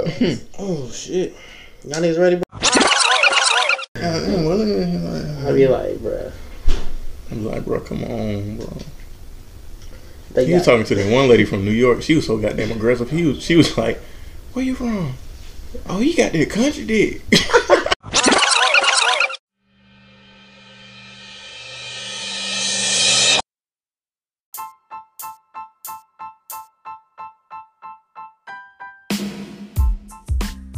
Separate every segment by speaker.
Speaker 1: oh shit, y'all niggas ready?
Speaker 2: Goddamn, bro, look at him.
Speaker 1: I'd be like, bruh.
Speaker 2: I'm like, bro, come on, bro.
Speaker 1: They
Speaker 2: He was
Speaker 1: got,
Speaker 2: talking to that one lady from New York. She was so goddamn aggressive. He was, she was like, "Where you from? Oh, you got that country dick."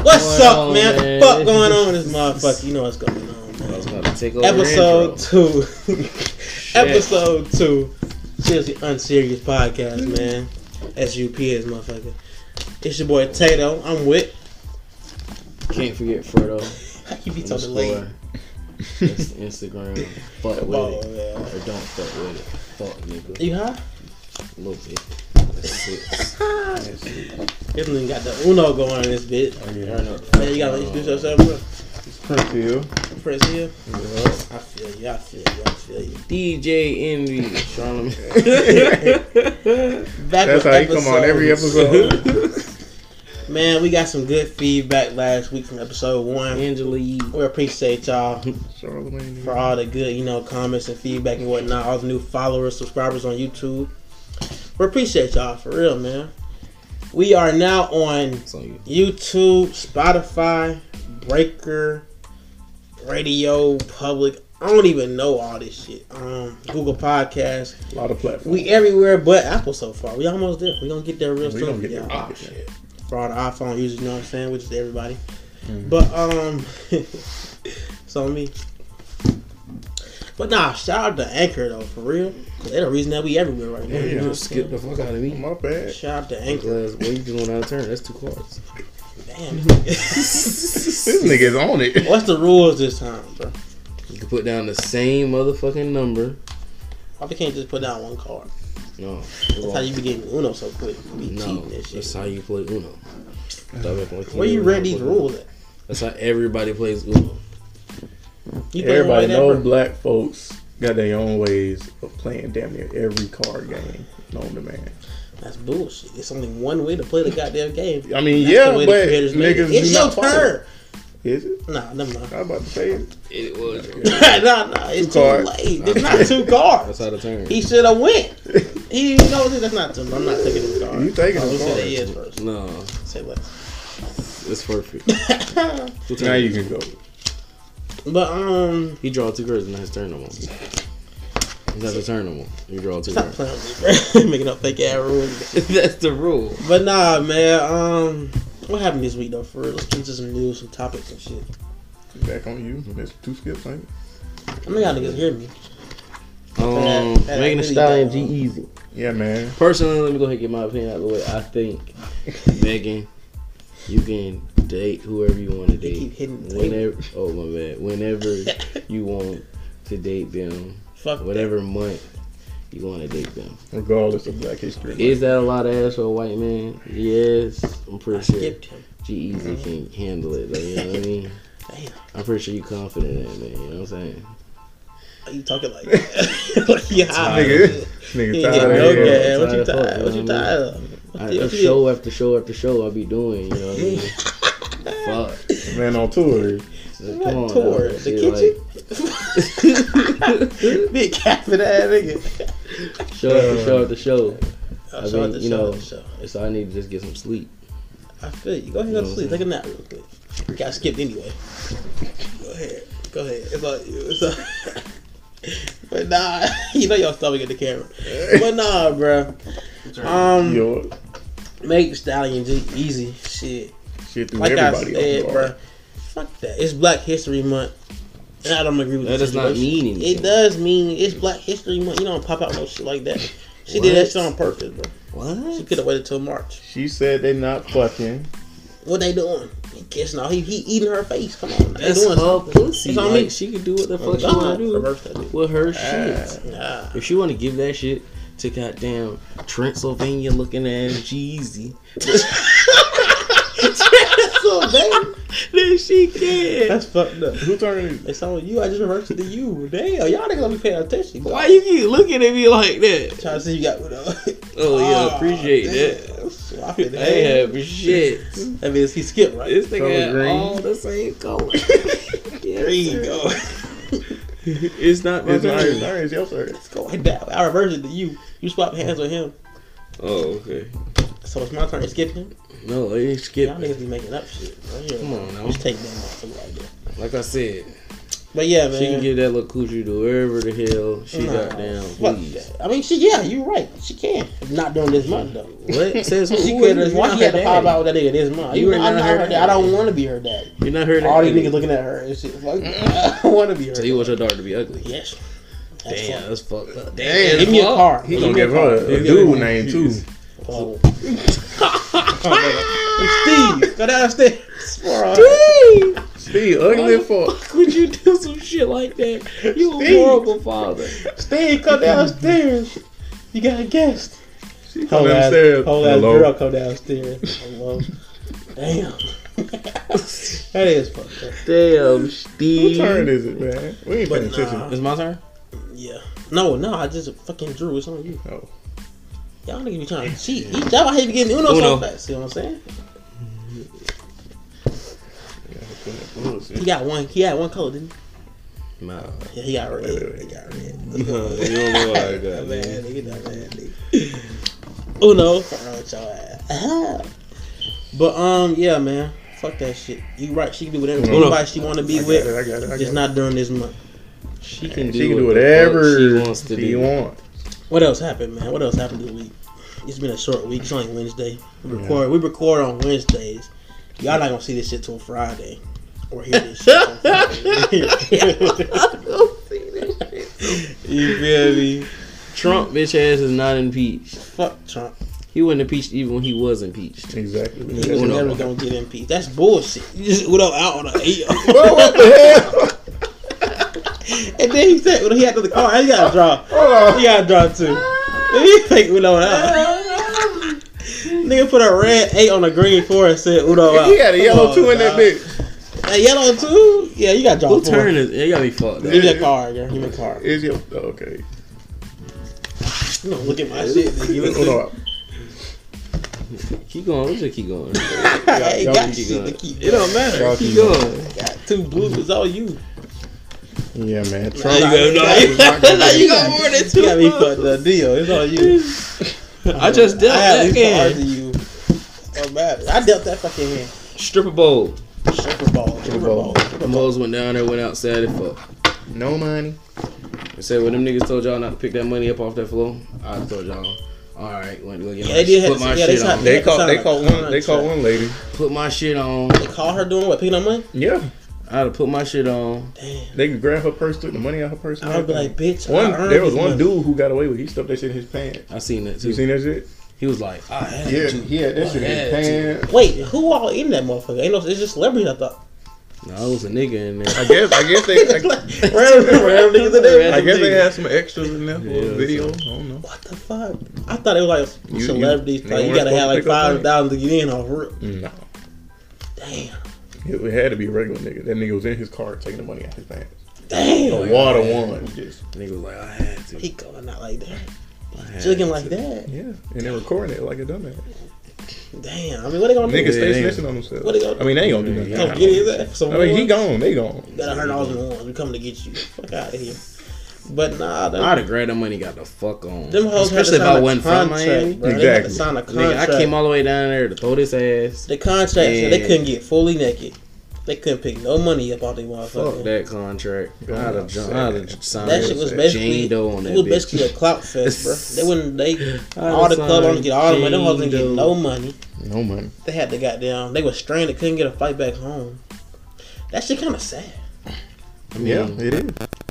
Speaker 1: what's
Speaker 3: Going
Speaker 1: up,
Speaker 3: on,
Speaker 1: man?
Speaker 3: man?
Speaker 1: What the fuck going on with this motherfucker? You know what's going on, man.
Speaker 3: I was about to take over your
Speaker 1: Episode
Speaker 3: intro.
Speaker 1: two. Episode two. Seriously, unserious podcast, man. SUPS, motherfucker. It's your boy Tato. I'm with.
Speaker 3: Can't forget Fredo.
Speaker 1: How you be talking late?
Speaker 3: Underscore. Inst- Instagram. Fuck with
Speaker 1: Ball,
Speaker 3: it.
Speaker 1: man.
Speaker 3: Or don't fuck with it. Fuck nigga.
Speaker 1: You high?
Speaker 3: A little bit. That's it.
Speaker 1: This nigga got the Uno going on in this bitch.
Speaker 3: Turn up.
Speaker 1: Man, you gotta introduce yourself, bro.
Speaker 2: Springfield.
Speaker 1: Press here. I feel you. I feel you. I feel you.
Speaker 3: DJ Envy. Charlamagne.
Speaker 1: Back with
Speaker 2: That's how he come on every
Speaker 1: episodes.
Speaker 2: episode.
Speaker 1: Man, we got some good feedback last week from episode one.
Speaker 3: Angela Yee.
Speaker 1: We appreciate y'all
Speaker 2: Charlamagne.
Speaker 1: for all the good, you know, comments and feedback and whatnot. All the new followers, subscribers on YouTube. We appreciate y'all for real, man. We are now on
Speaker 3: It's on you.
Speaker 1: YouTube, Spotify, Breaker, Radio, Public. I don't even know all this shit. Um, Google Podcasts.
Speaker 2: A lot of platforms.
Speaker 1: We everywhere but Apple so far. We almost there. We gonna get there real
Speaker 2: We
Speaker 1: soon.
Speaker 2: gonna get there.
Speaker 1: y'all.
Speaker 2: Oh, shit.
Speaker 1: for all the iPhone users, you know what I'm saying, which is everybody.
Speaker 2: Mm-hmm.
Speaker 1: But um, it's on me. But nah, shout out to Anchor though, for real. Cause they're the reason that we everywhere right now. you
Speaker 2: Yeah.
Speaker 1: know what I'm
Speaker 3: Just skip
Speaker 1: saying?
Speaker 3: the fuck out of me.
Speaker 2: My bad.
Speaker 1: Shout out to Anchor.
Speaker 3: Because, well, you just went out of turn. That's two cards.
Speaker 1: Damn.
Speaker 2: This nigga's on it.
Speaker 1: What's the rules this time, bro?
Speaker 3: You can put down the same motherfucking number.
Speaker 1: Why we can't just put down one card?
Speaker 3: No.
Speaker 1: That's how you be getting Uno so quick. You be
Speaker 3: No,
Speaker 1: cheating and
Speaker 3: that's
Speaker 1: shit.
Speaker 3: how you play Uno. Stop acting like
Speaker 1: Where you read these
Speaker 3: know.
Speaker 1: rules at?
Speaker 3: That's how everybody plays Uno.
Speaker 1: You put
Speaker 2: Everybody
Speaker 1: them away
Speaker 2: know
Speaker 1: there, bro? black.
Speaker 2: black folks got their own ways of playing damn near every card game known to man.
Speaker 1: That's bullshit. It's only one way to play the goddamn game.
Speaker 2: I mean,
Speaker 1: That's
Speaker 2: yeah,
Speaker 1: the way the
Speaker 2: but
Speaker 1: creators made it.
Speaker 2: niggas
Speaker 1: It's
Speaker 2: do
Speaker 1: your
Speaker 2: not follow.
Speaker 1: turn.
Speaker 2: Is it?
Speaker 1: Nah, never mind.
Speaker 2: I was about to say it.
Speaker 3: It was.
Speaker 1: nah, nah, it's
Speaker 2: Two
Speaker 1: too
Speaker 2: cards.
Speaker 1: late. It's not two cards.
Speaker 3: That's how the turn.
Speaker 1: He should have went. He didn't know this. That's not two. I'm not taking his card.
Speaker 2: You taking
Speaker 1: oh,
Speaker 2: his
Speaker 1: we said
Speaker 2: card.
Speaker 1: it is first.
Speaker 3: No,
Speaker 1: Say what?
Speaker 3: it's perfect. Two
Speaker 2: Now
Speaker 3: turns.
Speaker 2: you can go.
Speaker 1: But um,
Speaker 3: He draw two cards and that's turn no more. It's not the turn no more. You draw two
Speaker 1: stop
Speaker 3: cards.
Speaker 1: playing with me, bro. Making up fake ass rules.
Speaker 3: that's the rule.
Speaker 1: But nah, man. Um, what happened this week though? For real, let's get into some news, some topics and shit.
Speaker 2: Back on you. That's two skips, ain't it?
Speaker 1: I know y'all niggas hear me. That-
Speaker 3: Um,
Speaker 1: that
Speaker 3: Megan
Speaker 1: really
Speaker 3: Thee Stallion,
Speaker 1: bad,
Speaker 3: G
Speaker 1: huh?
Speaker 3: Easy.
Speaker 2: Yeah, man.
Speaker 3: Personally, let me go ahead and get my opinion out of the way. I think Megan, you can date whoever you want to date.
Speaker 1: keep hitting the
Speaker 3: whenever. Oh my bad. Whenever you want to date them,
Speaker 1: Fuck
Speaker 3: whatever month you want to date them.
Speaker 2: Regardless of black history.
Speaker 3: Is that a lot of ass for a white man? Yes, I'm pretty
Speaker 1: I
Speaker 3: sure.
Speaker 1: skipped him.
Speaker 3: G Easy can handle it. Though, you know what I mean?
Speaker 1: Damn.
Speaker 3: I'm pretty sure you confident in that man. You know what I'm saying?
Speaker 1: Why you talking like that? like you high.
Speaker 2: Nigga,
Speaker 1: You
Speaker 2: nigga
Speaker 1: ain't
Speaker 2: tired
Speaker 1: getting
Speaker 2: of
Speaker 1: no
Speaker 3: yeah,
Speaker 2: that.
Speaker 1: gas. What you tired? What you
Speaker 3: tired of fuck, you know what I
Speaker 1: tired of? What
Speaker 3: I,
Speaker 1: the-
Speaker 3: a
Speaker 1: what you-
Speaker 3: show after show after show, I be doing. You know what I mean? Fuck.
Speaker 2: Man on tour.
Speaker 3: Come
Speaker 1: What
Speaker 3: on,
Speaker 1: tour?
Speaker 3: dog.
Speaker 1: The
Speaker 3: Shit, like-
Speaker 1: kitchen? Big cat for that nigga.
Speaker 3: show after show after show.
Speaker 1: I
Speaker 3: I
Speaker 1: mean,
Speaker 3: mean,
Speaker 1: the
Speaker 3: you
Speaker 1: show,
Speaker 3: know-
Speaker 1: the show.
Speaker 3: And So I need to just get some sleep.
Speaker 1: I feel you. Go ahead and go to
Speaker 3: Mhm.
Speaker 1: sleep. Take a nap real quick. You got skipped anyway. Go ahead. Go ahead. It's all you. It's all... but nah, you know your stomach at the camera. But nah, bro. Um,
Speaker 2: Yo,
Speaker 1: make stallion G easy. Shit.
Speaker 2: shit through
Speaker 1: Like I
Speaker 2: everybody
Speaker 1: said,
Speaker 2: off
Speaker 1: bro.
Speaker 2: guard.
Speaker 1: Fuck that. It's Black History Month. And I don't agree with
Speaker 3: That
Speaker 1: the
Speaker 3: does not
Speaker 1: situation.
Speaker 3: mean anything.
Speaker 1: It does mean it's Black History Month. You don't pop out no shit like that. She did
Speaker 3: What?
Speaker 1: that shit on purpose, bro. She
Speaker 3: What?
Speaker 1: could have waited till March.
Speaker 2: She said they not fucking.
Speaker 1: What they doing? He kissing all he, he eating her face. Come on, they
Speaker 3: That's
Speaker 1: doing
Speaker 3: her
Speaker 1: something.
Speaker 3: pussy.
Speaker 1: It's on
Speaker 3: like,
Speaker 1: me.
Speaker 3: She can do what the fuck she
Speaker 1: God,
Speaker 3: want to do
Speaker 1: reverse that bitch.
Speaker 3: with her
Speaker 2: Ah.
Speaker 3: shit.
Speaker 1: Nah,
Speaker 3: If she want to give that shit to goddamn Transylvania looking ass Jeezy,
Speaker 1: that's so damn.
Speaker 3: then she can.
Speaker 1: That's fucked up.
Speaker 2: Who turning it?
Speaker 1: It's on you. I just reversed it to you. Damn, y'all niggas don't be paying attention.
Speaker 3: Why you keep looking at me like that?
Speaker 1: trying to see you got?
Speaker 3: Oh yeah, Oh, appreciate that.
Speaker 1: Swapping
Speaker 3: I ain't happy shit.
Speaker 1: That means he skipped, right?
Speaker 3: This nigga
Speaker 2: Color
Speaker 3: had
Speaker 2: green.
Speaker 3: all the same color. Yes,
Speaker 1: there you
Speaker 3: sir.
Speaker 1: go.
Speaker 3: It's not my
Speaker 2: It's ours.
Speaker 3: turn.
Speaker 2: Ours. Your turn.
Speaker 1: It's going down. I reversed it to you. You swapped hands with him.
Speaker 3: Oh, okay.
Speaker 1: So it's my turn to skip him.
Speaker 3: No, I ain't
Speaker 1: Y'all
Speaker 3: skipping.
Speaker 1: niggas be making up shit. Right here.
Speaker 3: Come on now.
Speaker 1: Just take that motherfucker right there.
Speaker 3: Like I said,
Speaker 1: But yeah, man.
Speaker 3: she can give that little coochie to wherever the hell she
Speaker 1: Nah,
Speaker 3: got down.
Speaker 1: fuck
Speaker 3: Please.
Speaker 1: that. I mean, she, yeah, you're right. She can. Not during this month, though.
Speaker 3: What? Says
Speaker 1: She
Speaker 3: who?
Speaker 1: could
Speaker 3: You're
Speaker 1: have. Why
Speaker 3: not
Speaker 1: she had
Speaker 3: her
Speaker 1: to pop
Speaker 3: daddy.
Speaker 1: out with that nigga this month?
Speaker 3: You
Speaker 1: You
Speaker 3: were
Speaker 1: know, I'm
Speaker 3: not
Speaker 1: not
Speaker 3: her
Speaker 1: her
Speaker 3: daddy.
Speaker 1: daddy. I don't want to be her daddy.
Speaker 3: You're not her.
Speaker 1: All these
Speaker 3: daddy.
Speaker 1: niggas looking at her and shit. Like, I don't want to be her.
Speaker 3: So you want your daughter to be ugly?
Speaker 1: yes. That's
Speaker 3: Damn,
Speaker 1: fine.
Speaker 3: that's fucked up.
Speaker 2: Damn.
Speaker 3: Damn,
Speaker 1: Give me a car.
Speaker 2: He
Speaker 1: Give
Speaker 2: gonna
Speaker 1: me a
Speaker 2: give
Speaker 1: car.
Speaker 2: her a dude name too.
Speaker 1: Oh. Steve, go downstairs. Swear on it.
Speaker 3: Steve,
Speaker 2: Steve, ugly as
Speaker 3: why the
Speaker 2: fuck.
Speaker 3: fuck would you do some shit like that? You a
Speaker 1: Steve.
Speaker 3: horrible father.
Speaker 1: Steve, come downstairs. You got a guest.
Speaker 2: She come
Speaker 1: Whole ass,
Speaker 2: downstairs.
Speaker 1: whole ass
Speaker 2: Hello.
Speaker 1: girl come downstairs. Hello. Damn. that is fucked up.
Speaker 3: Damn,
Speaker 2: Who
Speaker 3: Steve.
Speaker 2: turn is it, man? We ain't paying
Speaker 1: But nah.
Speaker 2: attention.
Speaker 3: It's my turn.
Speaker 1: Yeah. No, no, I just fucking drew. It's on you.
Speaker 2: Oh.
Speaker 1: Y'all niggas be trying to cheat. Each job I hate getting Uno, Uno so
Speaker 3: Uno.
Speaker 1: fast. You know what I'm saying? He
Speaker 2: Bullshit.
Speaker 1: got one. He had one color, didn't
Speaker 3: Nah,
Speaker 1: he? Yeah, he got red.
Speaker 2: Wait, wait, wait.
Speaker 1: He got red.
Speaker 3: you don't know what I got,
Speaker 1: That man,
Speaker 3: man.
Speaker 1: nigga, that man, nigga. Uno. Fuck around with y'all ass. Ah. But um, yeah, man. Fuck that shit. You right. She can do whatever
Speaker 2: Uno.
Speaker 1: anybody she want to be
Speaker 2: I got
Speaker 1: with.
Speaker 2: it, I got it, I
Speaker 1: Just
Speaker 2: got
Speaker 1: not during this month.
Speaker 3: She
Speaker 2: She
Speaker 3: can
Speaker 2: can
Speaker 3: do,
Speaker 2: do
Speaker 3: what the fuck
Speaker 2: whatever
Speaker 3: she wants to
Speaker 2: she
Speaker 3: do.
Speaker 2: want.
Speaker 1: What else happened, man? What else happened this week? It's been a short week. It's only Wednesday. We record. We record on Wednesdays. Y'all not gonna see this shit till Friday. Or hear this shit. on Friday. you feel me?
Speaker 3: Trump bitch ass is not impeached.
Speaker 1: Fuck Trump.
Speaker 3: He wasn't impeached even when he was impeached.
Speaker 2: Exactly. Bro,
Speaker 1: He was
Speaker 3: Uno.
Speaker 1: never gonna get impeached. That's bullshit. You just went out on an eight.
Speaker 2: what the hell?
Speaker 1: and then he said, well, he had to the car. He gotta draw.
Speaker 2: Hold on.
Speaker 1: He gotta draw too. He take Uno out. Nigga put a red eight on a green four and said Uno out.
Speaker 2: He had a yellow
Speaker 1: Come
Speaker 2: two
Speaker 1: on,
Speaker 2: in that
Speaker 1: dog.
Speaker 2: bitch.
Speaker 1: That yellow too? Yeah, you got draw
Speaker 3: Who
Speaker 1: four.
Speaker 3: turn is? It gotta be fucked. up.
Speaker 1: Give me a card, girl. Give me a card.
Speaker 2: Is your oh, okay?
Speaker 1: You don't look at my shit. nigga. You
Speaker 2: Hold
Speaker 1: look-
Speaker 2: on.
Speaker 3: Keep going. Let's just keep going.
Speaker 1: I ain't
Speaker 2: Y'all
Speaker 1: got shit
Speaker 2: keep
Speaker 1: to
Speaker 3: going.
Speaker 1: keep.
Speaker 3: It don't matter.
Speaker 2: Y'all
Speaker 3: keep
Speaker 2: keep
Speaker 3: going.
Speaker 1: Got two blues. It's all you.
Speaker 2: Yeah, man.
Speaker 1: Nah,
Speaker 2: Trump.
Speaker 3: go- nah, you-
Speaker 1: nah, you
Speaker 3: got more than two
Speaker 1: You got me
Speaker 3: blues.
Speaker 1: fucked up, deal. It's all you.
Speaker 3: I just dealt
Speaker 1: I had
Speaker 3: that
Speaker 1: these cards to
Speaker 3: hand.
Speaker 1: you. Don't matter. I dealt that fucking hand.
Speaker 3: Stripper bowl.
Speaker 1: Stripper ball. Stripper ball.
Speaker 3: The moles went down there, went outside and fuck.
Speaker 2: No money.
Speaker 3: They said when them niggas told y'all not to pick that money up off that floor, I told y'all, all right, went to go get
Speaker 1: Yeah,
Speaker 3: my,
Speaker 1: they did have-
Speaker 3: put my
Speaker 1: yeah, they
Speaker 3: shit
Speaker 1: tried-
Speaker 3: on.
Speaker 2: They caught. They caught one. They caught one lady.
Speaker 3: Put my shit on.
Speaker 1: They call her doing what? Picking up money?
Speaker 2: Yeah,
Speaker 3: I had to put my shit on.
Speaker 1: Damn.
Speaker 2: they could grab her purse, took the money out her purse. and
Speaker 1: I would be like,
Speaker 2: everything.
Speaker 1: bitch. I
Speaker 2: one.
Speaker 1: earned
Speaker 2: There was
Speaker 1: this
Speaker 2: one
Speaker 1: money.
Speaker 2: dude who got away with. it. He stuffed that shit in his pants.
Speaker 3: I seen that
Speaker 2: You
Speaker 3: too.
Speaker 2: seen that shit?
Speaker 3: He was like, I had
Speaker 2: Yeah,
Speaker 3: to.
Speaker 2: he had that
Speaker 3: I
Speaker 2: shit in his
Speaker 3: had to.
Speaker 2: pants.
Speaker 1: Wait, who all in that motherfucker? Ain't no, it's just celebrities. I thought.
Speaker 3: No, it was a nigga in there.
Speaker 2: I guess. I guess they.
Speaker 1: It's
Speaker 2: I,
Speaker 1: like, random, random niggas in there.
Speaker 2: I guess they
Speaker 3: niggas.
Speaker 2: had some extras in there for
Speaker 3: Yeah,
Speaker 2: a video. I don't know.
Speaker 1: What the fuck? I thought it was like
Speaker 2: You- you-
Speaker 1: celebrities.
Speaker 2: they
Speaker 1: like, you
Speaker 2: weren't
Speaker 1: gotta have
Speaker 2: supposed
Speaker 1: like
Speaker 2: to pick up
Speaker 1: five thousand to get in off real.
Speaker 2: No,
Speaker 1: Damn,
Speaker 2: it, it had to be a regular nigga. That nigga was in his car taking the money out his pants.
Speaker 1: damn.
Speaker 3: Oh,
Speaker 2: The water one. Just
Speaker 3: nigga was like, I had to.
Speaker 1: He going out like that,
Speaker 3: I had
Speaker 1: jigging
Speaker 3: to.
Speaker 1: like that.
Speaker 2: yeah, and they recording it like a dumbass.
Speaker 1: Damn. I mean, what they gonna
Speaker 2: Niggas
Speaker 1: do?
Speaker 2: stay
Speaker 3: they-
Speaker 2: snitching on themselves.
Speaker 1: What they gonna
Speaker 2: I mean, they ain't gonna do
Speaker 3: Yeah.
Speaker 2: nothing.
Speaker 1: Gonna get his ass.
Speaker 2: I mean, he gone. They gone.
Speaker 1: Got a hundred dollars in the ones. We coming to get you. Fuck out of here. But nah, them,
Speaker 3: I'd have grabbed that money, got the fuck on.
Speaker 1: them hoes had to
Speaker 3: Especially if
Speaker 1: sign
Speaker 3: I
Speaker 1: a
Speaker 3: wasn't from
Speaker 1: contract.
Speaker 3: Miami.
Speaker 1: bro. They had to
Speaker 2: Exactly.
Speaker 1: sign a
Speaker 3: Nigga, I
Speaker 1: contract.
Speaker 3: came all the way down there to throw this ass.
Speaker 1: the contract said they
Speaker 3: Yeah.
Speaker 1: couldn't get fully naked. They couldn't pick no money up off they motherfucker.
Speaker 3: Fuck that contract. I'd have jumped. I'd have signed
Speaker 1: That shit was basically
Speaker 3: Jane Doe on that
Speaker 1: it was
Speaker 3: bitch.
Speaker 1: basically a clout fest, bro. They wouldn't they
Speaker 3: I
Speaker 1: all the
Speaker 3: signed
Speaker 1: club owners get all the money. Them hoes didn't get
Speaker 3: Jane
Speaker 1: no
Speaker 3: Doe.
Speaker 1: money.
Speaker 2: No money.
Speaker 1: They had to goddamn they were stranded, couldn't get a flight back home. That shit kinda sad.
Speaker 3: I mean,
Speaker 2: Yeah,
Speaker 3: you
Speaker 2: it is.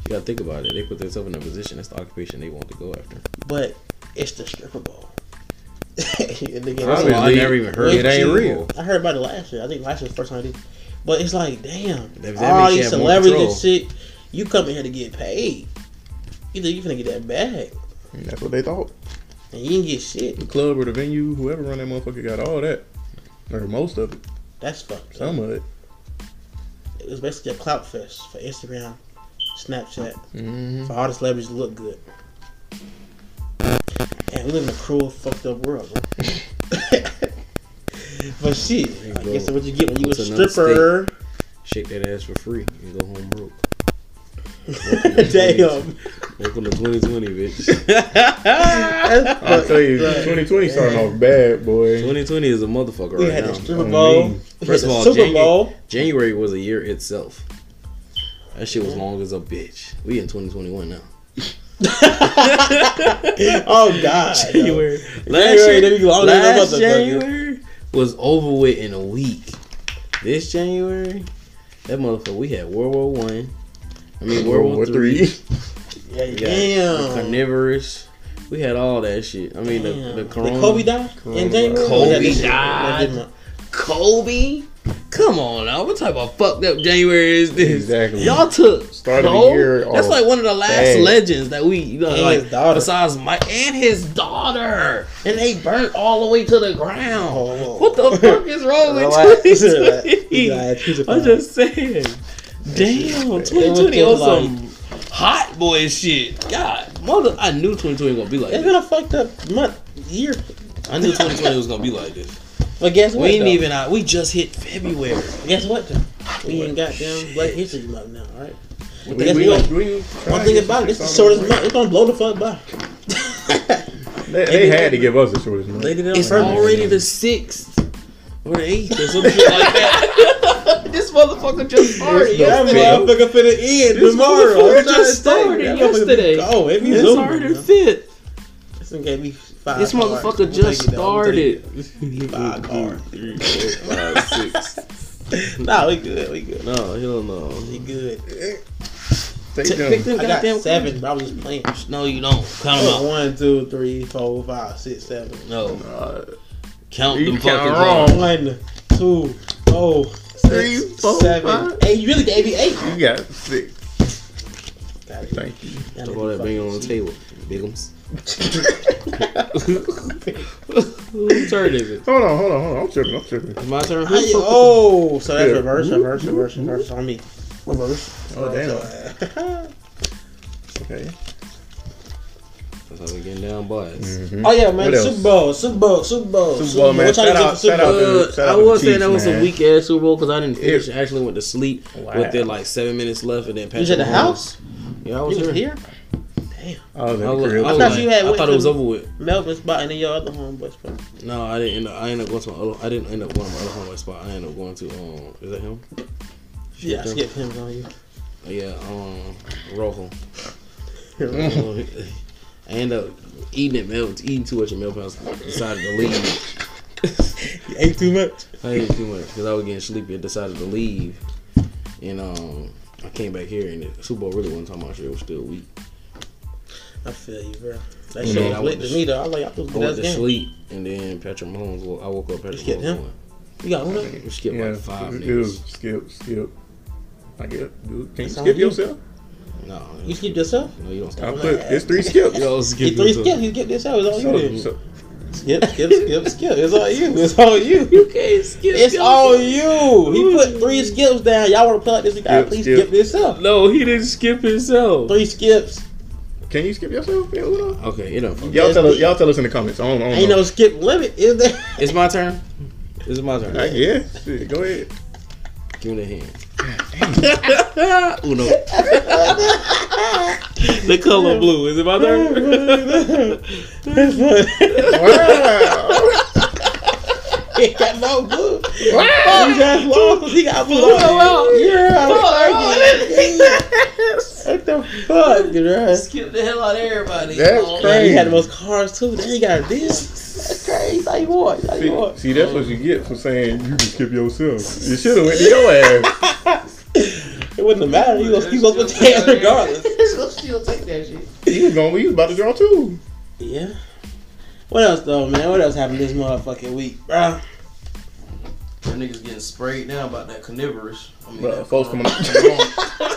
Speaker 3: gotta think about it. They put themselves in a position. That's the occupation they want to go after.
Speaker 1: But it's the stripper bowl. And they get-
Speaker 3: First of all, I
Speaker 2: Obviously,
Speaker 3: never even heard.
Speaker 1: it
Speaker 3: of
Speaker 2: ain't
Speaker 3: Super
Speaker 2: real.
Speaker 3: Bowl.
Speaker 1: I heard about it last year. I think last year was the first time I did. But it's like, damn,
Speaker 3: That- that
Speaker 1: all
Speaker 3: means you
Speaker 1: these
Speaker 3: have more
Speaker 1: celebrities and
Speaker 3: control.
Speaker 1: shit, you come in here to get paid. Either you finna get that bag
Speaker 2: And that's what they thought.
Speaker 1: and you didn't get shit.
Speaker 2: The club or the venue, whoever run that motherfucker got all that. Or most of it.
Speaker 1: That's fucked up.
Speaker 2: Some of it.
Speaker 1: It was basically a clout fest for Instagram, Snapchat,
Speaker 2: Mm-hmm.
Speaker 1: for all the celebrities to look good. And we live in a cruel, fucked up world, bro. But shit, I
Speaker 3: go
Speaker 1: guess that's what you get when you a
Speaker 3: to another
Speaker 1: stripper.
Speaker 3: Shake that ass for free and go home broke.
Speaker 1: Damn.
Speaker 3: Welcome to 2020, bitch.
Speaker 1: That's
Speaker 2: I tell you,
Speaker 1: fucked up.
Speaker 2: 2020 starting off bad, boy.
Speaker 3: 2020 is a motherfucker
Speaker 1: We
Speaker 3: right
Speaker 1: had
Speaker 3: now.
Speaker 1: the Super
Speaker 2: I
Speaker 1: Bowl.
Speaker 2: mean,
Speaker 1: We
Speaker 3: First
Speaker 1: had the
Speaker 3: of all,
Speaker 1: Super
Speaker 3: January,
Speaker 1: Bowl.
Speaker 3: January was a year itself. That shit was long as a bitch. We in 2021 now.
Speaker 1: Oh God.
Speaker 3: January. Last
Speaker 1: January, they be
Speaker 3: year,
Speaker 1: all over the
Speaker 3: last
Speaker 1: motherfucker.
Speaker 3: January was over with in a week. This January, that motherfucker, we had World War One. I, mean World War Three.
Speaker 1: Yeah,
Speaker 3: We got the
Speaker 1: damn.
Speaker 3: carnivorous. We had all that shit. I mean the,
Speaker 1: Damn.
Speaker 3: the
Speaker 1: Did
Speaker 3: corona.
Speaker 1: Kobe die in
Speaker 2: Corona.
Speaker 1: January?
Speaker 3: Kobe
Speaker 1: Or was that
Speaker 3: died.
Speaker 1: this month?
Speaker 3: Kobe? Come on now, what type of fucked up January is this?
Speaker 2: Exactly.
Speaker 3: Y'all took
Speaker 2: Started the
Speaker 3: Cole?
Speaker 2: year
Speaker 3: That's
Speaker 2: off
Speaker 3: like one of the last
Speaker 2: bad.
Speaker 3: legends that we you know,
Speaker 1: And
Speaker 3: like
Speaker 1: his daughter.
Speaker 3: besides Mike and his daughter, and they burnt all the way to the ground.
Speaker 1: Whoa, whoa.
Speaker 3: What the fuck is wrong
Speaker 1: Relax.
Speaker 3: with
Speaker 1: Relax.
Speaker 3: 2020?
Speaker 1: He's a
Speaker 3: I'm just saying. Damn, 2020
Speaker 1: It
Speaker 3: on
Speaker 1: was
Speaker 3: some hot boy shit. God, mother, I knew 2020 was gonna be like
Speaker 1: It's
Speaker 3: this.
Speaker 1: been a fucked up month, year.
Speaker 3: I knew 2020 was gonna be like this.
Speaker 1: But guess what?
Speaker 3: We ain't
Speaker 1: though?
Speaker 3: even out. We just hit February.
Speaker 1: Guess what? Though? We ain't got damn
Speaker 3: Shit.
Speaker 1: Black History Month now, all right?
Speaker 2: We,
Speaker 1: Guess
Speaker 2: we,
Speaker 1: what?
Speaker 2: we-
Speaker 1: One thing about it, it's the shortest month. It's gonna blow the fuck by.
Speaker 2: They, they had to give us the shortest month.
Speaker 1: They did it on
Speaker 3: It's
Speaker 1: purpose.
Speaker 3: already the sixth or the eighth or some shit like that. this motherfucker just started.
Speaker 2: the
Speaker 1: Yeah,
Speaker 2: fifth.
Speaker 1: that motherfucker finna end
Speaker 3: This
Speaker 1: tomorrow.
Speaker 3: motherfucker
Speaker 1: I'm trying
Speaker 3: just
Speaker 1: to tell you,
Speaker 3: started
Speaker 1: that motherfucker be
Speaker 3: yestergo.
Speaker 1: gone. It be
Speaker 3: It's
Speaker 1: zooming,
Speaker 3: already
Speaker 1: man.
Speaker 3: fifth.
Speaker 1: This one gave me five
Speaker 3: This
Speaker 1: cards.
Speaker 3: motherfucker
Speaker 1: We'll
Speaker 3: just
Speaker 1: take it, though. We'll take
Speaker 3: started.
Speaker 1: it. Five cards.
Speaker 3: Three, four, five, six.
Speaker 1: Nah, we good. We good.
Speaker 3: No, hell no.
Speaker 1: We good.
Speaker 2: Take
Speaker 3: T- pick
Speaker 2: them.
Speaker 3: them
Speaker 1: I got
Speaker 3: goddamn
Speaker 1: seven, but I was just playing.
Speaker 3: cards. No, you don't. Count them out.
Speaker 1: One, two, three, four, five, six, seven.
Speaker 3: No,
Speaker 2: Uh,
Speaker 3: count
Speaker 2: You
Speaker 3: them
Speaker 2: count
Speaker 3: fucking
Speaker 2: wrong.
Speaker 3: cards.
Speaker 1: One, two, four, six,
Speaker 2: Three, four,
Speaker 1: seven,
Speaker 2: five.
Speaker 1: eight. You really gave me eight.
Speaker 2: you got six.
Speaker 1: Got it.
Speaker 2: Thank you.
Speaker 1: Got
Speaker 3: Talk
Speaker 1: it.
Speaker 3: about that banging on the table, Bigums. Whose turn is it?
Speaker 2: Hold on, hold on, hold on. I'm tripping. I'm tripping.
Speaker 3: It's my turn. Who
Speaker 1: I-
Speaker 3: the fuck-
Speaker 1: oh, so that's
Speaker 2: Yeah.
Speaker 1: reverse, reverse, reverse, reverse on me. Reverse.
Speaker 2: Oh,
Speaker 1: damn.
Speaker 2: Okay.
Speaker 3: That's how we getting down, boys.
Speaker 1: oh yeah, man.
Speaker 2: What else?
Speaker 1: Super Bowl, Super Bowl, Super Bowl,
Speaker 2: Super Bowl, man.
Speaker 1: What y'all
Speaker 2: Shout
Speaker 1: give
Speaker 2: out-
Speaker 1: the Super
Speaker 2: shout out
Speaker 1: Bowl?
Speaker 2: to-
Speaker 3: Uh,
Speaker 2: shout
Speaker 3: I
Speaker 2: out to
Speaker 3: was
Speaker 2: the
Speaker 3: saying that
Speaker 2: Chiefs,
Speaker 3: was a
Speaker 2: man.
Speaker 3: weak ass Super Bowl because I didn't finish. I actually went to sleep
Speaker 2: Wow.
Speaker 3: with it like seven minutes left, and then Patrick
Speaker 1: was at the
Speaker 3: Mahomes-
Speaker 1: house?
Speaker 3: Yeah, I
Speaker 1: You
Speaker 3: was
Speaker 1: was
Speaker 3: here.
Speaker 1: here?
Speaker 2: I was
Speaker 3: I,
Speaker 2: in the
Speaker 3: was, I,
Speaker 2: crib.
Speaker 3: was
Speaker 1: thought
Speaker 3: like-
Speaker 1: you had
Speaker 3: I
Speaker 1: went
Speaker 3: thought
Speaker 1: to
Speaker 3: it was
Speaker 1: the-
Speaker 3: over with.
Speaker 1: Melvin spot and then your other homeboy spot.
Speaker 3: No, I didn't end up. I ended up going to my other. I didn't end up going to my other homeboy spot. I ended up going to um. Is that him?
Speaker 1: Yeah, I
Speaker 3: Sure.
Speaker 1: skipped him on you.
Speaker 3: Uh, Yeah, um, Rojo.
Speaker 1: Mm.
Speaker 3: I ended up eating at Mel, eating too much at Mel House. Decided to leave.
Speaker 1: You ate too much.
Speaker 3: I ate too much because I was getting sleepy. I decided to leave, and um, I came back here, and the Super Bowl really wasn't talking about shit. It was still weak.
Speaker 1: I feel you, bro. That
Speaker 3: Yeah,
Speaker 1: shit
Speaker 3: I
Speaker 1: was lit
Speaker 3: went
Speaker 1: to
Speaker 3: to-
Speaker 1: me though. I was like, I was
Speaker 3: I
Speaker 1: good
Speaker 3: went
Speaker 1: ass
Speaker 3: to
Speaker 1: game.
Speaker 3: sleep, and then Patrick Mahomes. Well, I woke up. Patrick
Speaker 1: Skip
Speaker 3: Mahomes.
Speaker 1: him?
Speaker 3: won.
Speaker 1: You got one? up?
Speaker 3: We skipped
Speaker 2: Yeah,
Speaker 3: like five
Speaker 2: it
Speaker 3: niggas.
Speaker 2: was skip, skip. I get dude. Can you
Speaker 1: It's on
Speaker 2: skip
Speaker 1: you.
Speaker 2: yourself?
Speaker 3: No,
Speaker 1: You skipped yourself?
Speaker 3: No, you don't
Speaker 2: I
Speaker 3: stop.
Speaker 2: put it's three skips.
Speaker 3: You don't
Speaker 1: Get
Speaker 3: skip.
Speaker 1: three
Speaker 3: yourself.
Speaker 1: skips. You skipped yourself. It's all you.
Speaker 2: So,
Speaker 1: Skip, skip, skip, skip. It's all you. It's all you.
Speaker 3: You can't skip.
Speaker 1: It's
Speaker 3: yourself.
Speaker 1: all you. He put three skips down. Y'all want to play like this? You gotta
Speaker 2: Skip,
Speaker 1: please
Speaker 2: skip.
Speaker 1: skip this up.
Speaker 3: No, he didn't skip himself.
Speaker 1: Three skips.
Speaker 2: can you skip yourself? Yeah, hold on.
Speaker 3: Okay, it don't. fuck-
Speaker 2: Y'all tell us. Y'all tell us in the comments. I don't, I don't
Speaker 1: Ain't
Speaker 2: know.
Speaker 1: no skip limit, is there?
Speaker 3: It's my turn. It's my turn.
Speaker 2: I, Uh, yeah, shit, go ahead.
Speaker 3: Give me the hand. Uno. the color blue. Is it my turn?
Speaker 2: Wow.
Speaker 1: He got no blue. He just lost. He got blue.
Speaker 3: out.
Speaker 1: Yeah.
Speaker 3: Fuck.
Speaker 1: What the fuck, bro?
Speaker 3: skip the hell out of everybody.
Speaker 2: That's
Speaker 3: Oh,
Speaker 1: Man, he had the
Speaker 2: crazy.
Speaker 1: most cars too. Then he got this. That's crazy. How you want? How you
Speaker 2: See,
Speaker 1: want?
Speaker 2: see, that's what you get for saying you can skip yourself. You should have went to your ass.
Speaker 1: It wouldn't have mattered. He was, he was supposed to take it regardless.
Speaker 2: You was going. You was about to draw two.
Speaker 1: Yeah. What else though, man? What else happened this motherfucking week, bro?
Speaker 3: That niggas getting sprayed now about that carnivorous. I mean,
Speaker 2: But folks coming